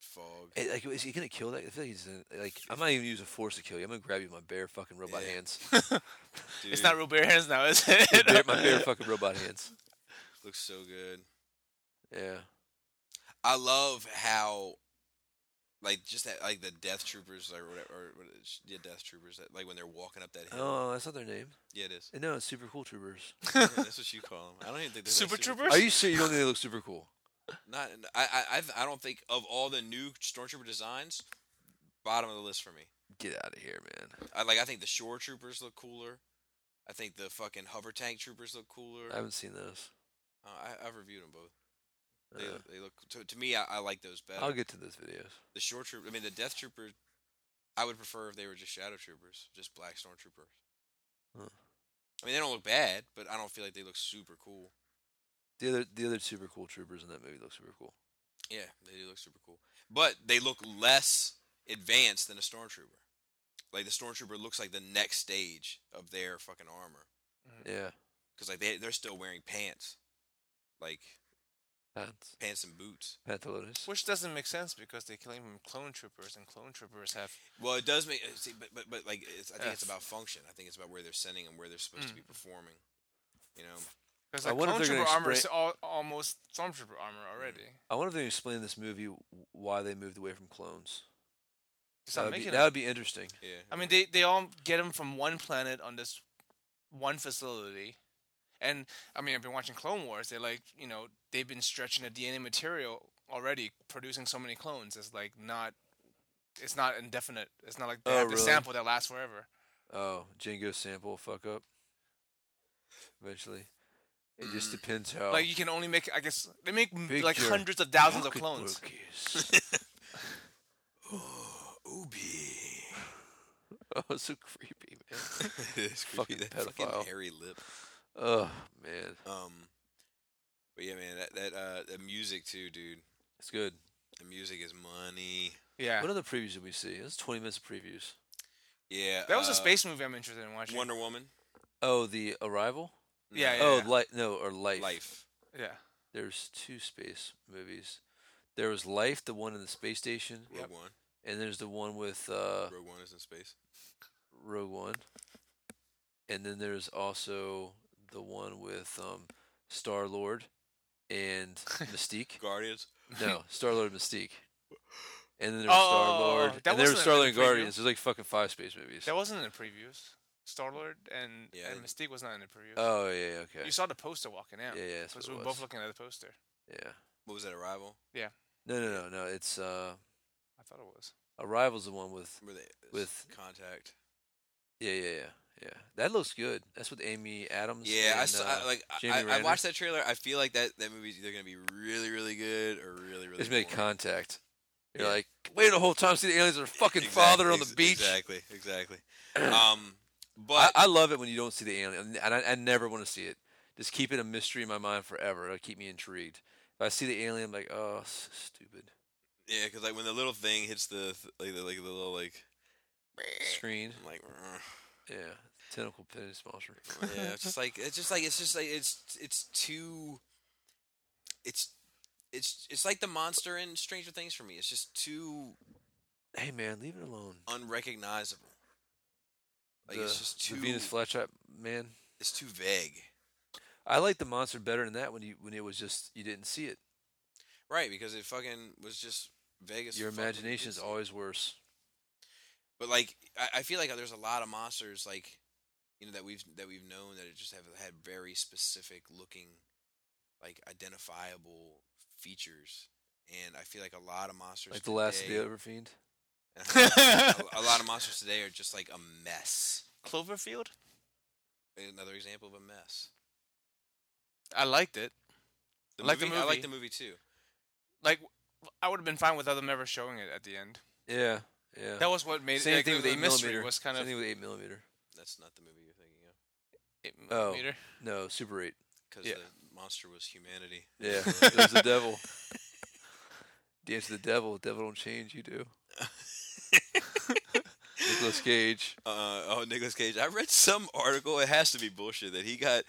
fog.
Hey, Eh, like, is he gonna kill that? I feel like he's gonna, like, I'm not even using force to kill you. I'm gonna grab you with my bare fucking robot
Yeah.
hands.
It's
Dude,
not real bare hands now, is
My
it?
bare- my bare fucking robot hands.
looks so good.
Yeah.
I love how, like, just that, like the death troopers or whatever, or, what is- yeah, death troopers. That, like when they're walking up that hill.
Oh, that's not their name.
Yeah, it
[laughs]
is.
And No, it's super cool troopers.
Yeah, that's what you call them. I don't even think they're
Super troopers?
Are you sure you don't think they look super cool?
Not. I. I. I- I don't think of all the new stormtrooper designs. Bottom of the list for me.
Get out of here, man.
I like. I think the shore troopers look cooler. I think the fucking hover tank troopers look cooler.
I haven't seen those.
Uh, I, I've reviewed them both. They,
Uh,
look they look to, to me. I, I like those better.
I'll get to those videos.
the shore troop. I mean, the death troopers. I would prefer if they were just shadow troopers, just black stormtroopers.
Huh.
I mean, they don't look bad, but I don't feel like they look super cool.
The other, the other super cool troopers in that movie look super cool.
Yeah, they do look super cool, but they look less advanced than a stormtrooper. Like the stormtrooper looks like the next stage of their fucking armor,
Yeah.
because like they they're still wearing pants, like
Pants.
pants and boots.
Pantalones.
[laughs] Which doesn't make sense because they claim him clone troopers, and clone troopers have.
Well, it does make uh, see, but but, but like it's, I think it's
Yes.
about function. I think it's about where they're sending them, where they're supposed to be performing. You know,
Because
I
like,
wonder
clone
if they're
trooper
gonna
armor is
explain- Mm.
all, almost stormtrooper armor already.
I wonder if they explain this movie w- why they moved away from clones.
They
That
stopped
would, be,
making
that
them.
would be interesting.
yeah.
I mean, they, they all get him from one planet on this one facility. And, I mean, I've been watching Clone Wars. They're like, you know, they've been stretching the DNA material already, producing so many clones. It's like not. It's not indefinite. It's not like they
Oh,
have the
really?
sample that lasts forever.
Oh, Django sample fuck up. Eventually, it just depends how.
Mm. Like you can only make, I guess, they make m
Oh. big
like
your
hundreds of thousands of
pocketbook
clones. Oh,
is.
[laughs]
Ooby.
[laughs] oh, it's so creepy, man.
[laughs] it's creepy.
Fucking
That fucking
pedophile.
hairy lip.
Oh man,
Um, but yeah, man, that that uh, the music too, dude.
it's good.
The music is money.
Yeah,
What other previews did we see? It was 20 minutes of previews.
Yeah,
that was
uh,
a space movie I'm interested in watching.
Wonder Woman.
Oh, the Arrival.
Yeah, yeah.
Oh, light. No, or life.
Life.
yeah,
There's two space movies. There was Life, the one in the space station,
Rogue One.
and there's the one with uh,
Rogue One is in space.
Rogue One. And then there's also the one with um, Star Lord
[laughs]
and Mystique.
Guardians.
no, Star Lord and Mystique. And then there was Star
Oh,
Lord.
that
And there was
wasn't
Star
in the
Lord and
preview.
Guardians. There's like fucking five space movies.
that wasn't in the previews. Star Lord and,
Yeah, I
and Mystique was not in the previews.
oh yeah, yeah, okay.
You saw the poster walking out.
yeah, yeah, that's what
Because
it
we were
was.
both looking at the poster.
yeah.
What was that? Arrival.
No, no, no, no. It's uh,
I thought it was.
Arrival's the one with.
Were they
With-
contact?
Yeah, yeah, yeah, yeah. That looks good. That's with Amy Adams.
Yeah, I
and,
saw.
uh,
I, like I-
Jeremy
I, I
Renner.
watched that trailer. I feel like that that movie's either gonna be really, really good or really, really.
It's made
boring.
contact. You're
Yeah.
like, wait the whole time, see the
[laughs]
aliens are fucking
Exact-
father on the
ex-
beach.
Exactly, exactly.
[clears throat]
um,
I,
but
I love it when you don't see the alien, and I, I never want to see it. Just keep it a mystery in my mind forever. It'll keep me intrigued. If I see the alien, I'm like, oh, s stupid
yeah, because like when the little thing hits the th- like the like the little like
screen.
I'm like "Ugh."
Yeah, tentacle penis monster.
yeah, it's just like it's just like it's just like it's it's too it's it's it's like the monster in Stranger Things for me. It's just too
Hey man, leave it alone.
unrecognizable. Like
the,
it's just
the
too
Venus flytrap man.
it's too vague.
I like the monster better than that when you when it was just you didn't see it.
Right, because it fucking was just Vegas.
Your imagination is always worse.
But like, I, I feel like there's a lot of monsters like, you know, that we've that we've known that it just have had very specific looking, like identifiable features, and I feel like a lot of monsters
Like the last of the
today,
[laughs]
Overfiend.
[laughs] a, a lot of monsters today are just like a mess.
Cloverfield?
Another example of a mess.
I liked it.
The
I like the
I like
movie.
the movie too.
Like, I would have been fine with other members showing it at the end.
Yeah, yeah.
That was what made
Same
like,
thing
the-
with
the
eight
mystery
millimeter.
was kind
Same
of.
thing with eight millimeter.
That's not the movie you're thinking of,
Eight
Oh. [laughs]
millimeter.
No, Super Eight.
because
Yeah.
the monster was humanity.
[laughs]
Yeah, there's the devil. Dance to the devil. Devil don't change. You
[laughs]
do. Nicholas Cage.
Uh, oh, Nicolas Cage. I read some article. It has to be bullshit that he got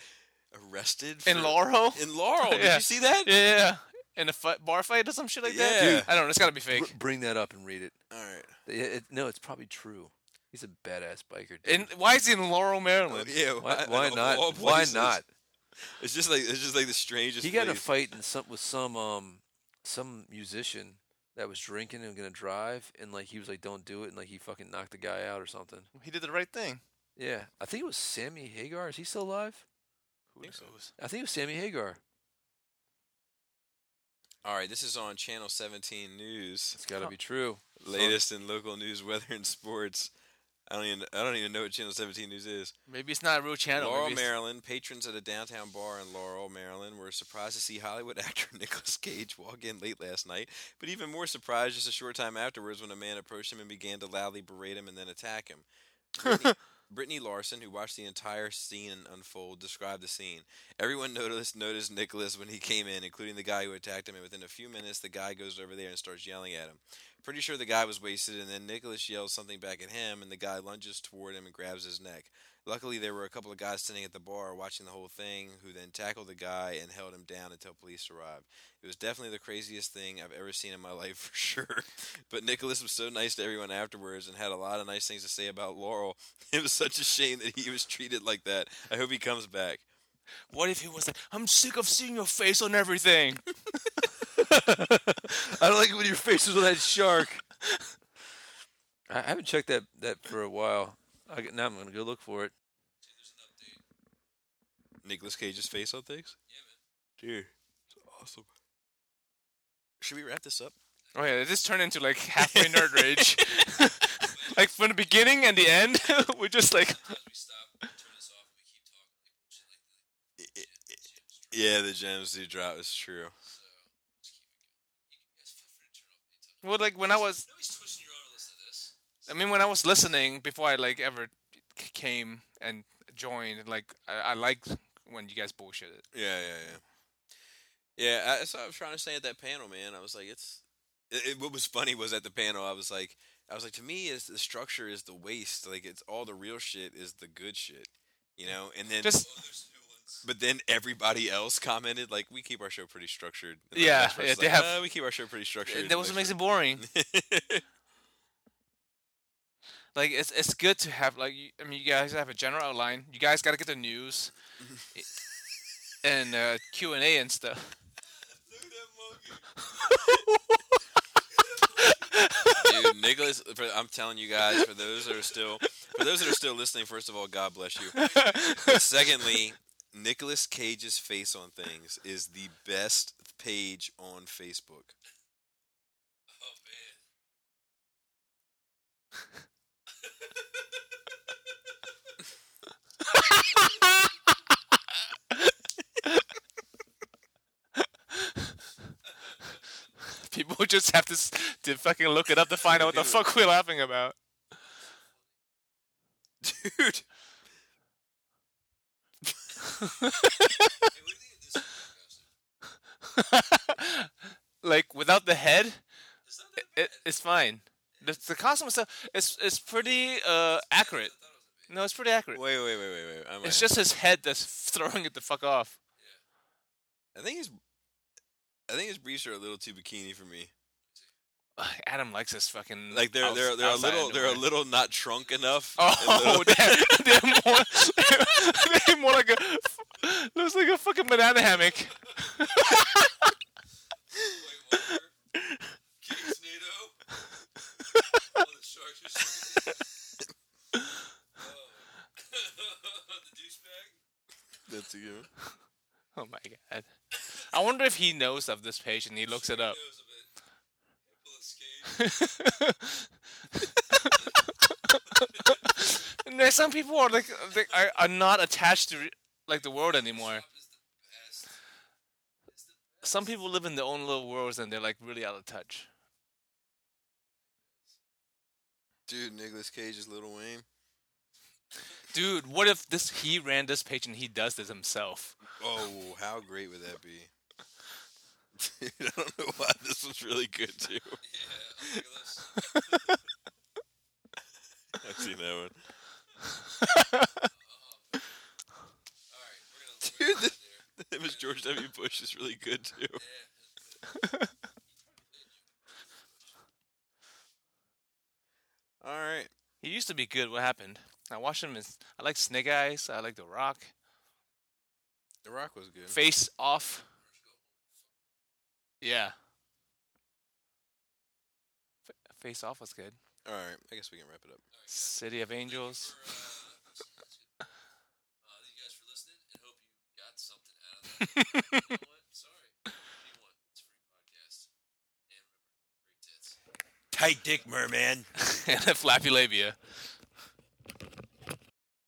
arrested
In
for-
Laurel?
In Laurel, did
Yeah.
you see that?
[laughs] Yeah, yeah, yeah. in a fight, bar fight or some shit like that?
Yeah. Dude.
I don't know. It's got to be
Br- [laughs]
fake.
bring that up and read it.
All right.
It- it- no, it's probably true. He's a badass biker. Dude.
And why is he in Laurel, Maryland?
yeah.
why,
of
why
all
not? Why
places.
not?
It's just like it's just like the strangest.
He got in a
place.
fight in some with some um some musician that was drinking and gonna drive, and like he was like, "Don't do it," and like he fucking knocked the guy out or something.
He did the right thing.
Yeah, I think it was Sammy Hagar. Is he still alive?
Who
Think so.
knows?
I think it was Sammy Hagar.
All right, this is on Channel 17 News.
It's got to be true. [laughs]
Latest in local news, weather, and sports. I don't even I don't even know what Channel 17 News is.
Maybe it's not a real channel.
Laurel,
maybe it's-
Maryland. Patrons at a downtown bar in Laurel, Maryland, were surprised to see Hollywood [laughs] actor Nicolas Cage walk in late last night. But even more surprised, just a short time afterwards, when a man approached him and began to loudly berate him and then attack him. Brittany, Brittany Larson, who watched the entire scene unfold, described the scene. Everyone [laughs] noticed noticed Nicholas when he came in, including the guy who attacked him. And within a few minutes, the guy goes over there and starts yelling at him. Pretty sure the guy was wasted, and then Nicholas yells something back at him, and the guy lunges toward him and grabs his neck. Luckily, there were a couple of guys standing at the bar watching the whole thing, who then tackled the guy and held him down until police arrived. It was definitely the craziest thing I've ever seen in my [laughs] life, for sure. But Nicholas was so nice to everyone afterwards and had a lot of nice things to say about Laurel. [laughs] It was such a shame that he was treated like that. I hope he comes back.
What if he was like, I'm sick of seeing your face on everything?
I don't like it when your face is on that [laughs] shark. I I haven't checked that that for a while. I, now I'm gonna go look for it.
Nicholas Cage's face on things? Yeah, man. Dude, it's awesome. Should we wrap this up?
oh yeah, this turned into like halfway nerd rage. [laughs] like from the beginning and the end, [laughs] we're just like,
Yeah, the gems do drop. It's true.
well, like when I was. I mean, when I was listening before I like ever c- came and joined, like I, I liked when you guys bullshitted.
Yeah, yeah, yeah. Yeah, I, that's what I was trying to say at that panel, man. I was like, it's. It, it- what was funny was at the panel, I was like, I was like, to me, is the structure is the waste. Like, it's all the real shit is the good shit, you know. And then,
Just
but then everybody else commented like, we keep our show pretty structured. And the
Yeah,
next person's
yeah, they
like,
have-
"Uh, we keep our show pretty structured.
that was
[laughs]
what makes it boring.
it.
like it's it's good to have like you, I mean you guys have a general outline. You guys got to get the news i- and uh, Q and A and stuff.
Dude, Nicholas, for, I'm telling you guys, for those that are still, for those that are still listening, first of all, God bless you. But secondly, Nicholas Cage's face on things is the best page on Facebook.
[laughs] People just have to s- to fucking look it up to find out what the fuck we're laughing about. [laughs]
Dude,
like without the head, it, it's fine. The, the costume stuff is it's pretty uh accurate. No, it's pretty accurate.
wait, wait, wait, wait, wait. I might
It's
have-
just his head that's [laughs] throwing it the fuck off. [sighs]
I think his, I think his briefs are a little too bikini for me.
Adam likes this fucking
Like they're
Mm, outs-
they're they're a
outside
little they're a
underwear.
little not trunk enough. [laughs]
[laughs] Oh, they're, they're more they're more [laughs] like a [laughs] looks like a fucking banana hammock.
[laughs] [laughs] Oh. That's a good one.
[laughs] Oh my god! I wonder if he knows of this page and he looks it up. And there's some people are like they are, are not attached to re- like the world anymore. Some people live in their own little worlds and they're like really out of touch.
Dude, Nicholas Cage is Little Wayne.
Dude, what if this he ran this page and he does this himself?
Oh, how great would that be? [laughs] Dude, I don't know why this was really good too. [laughs] I've seen that one. Oh, [laughs] Dude, the, the image George W. Bush is really good [laughs] too. All right.
He used to be good. What happened? I watched him. As, I like Snake Eyes. I like The Rock.
The Rock was good.
Face Off. Yeah. F- Face Off was good.
All right. I guess we can wrap it up.
City of Angels. [laughs]
Tight dick, merman.
and a Flappy Labia.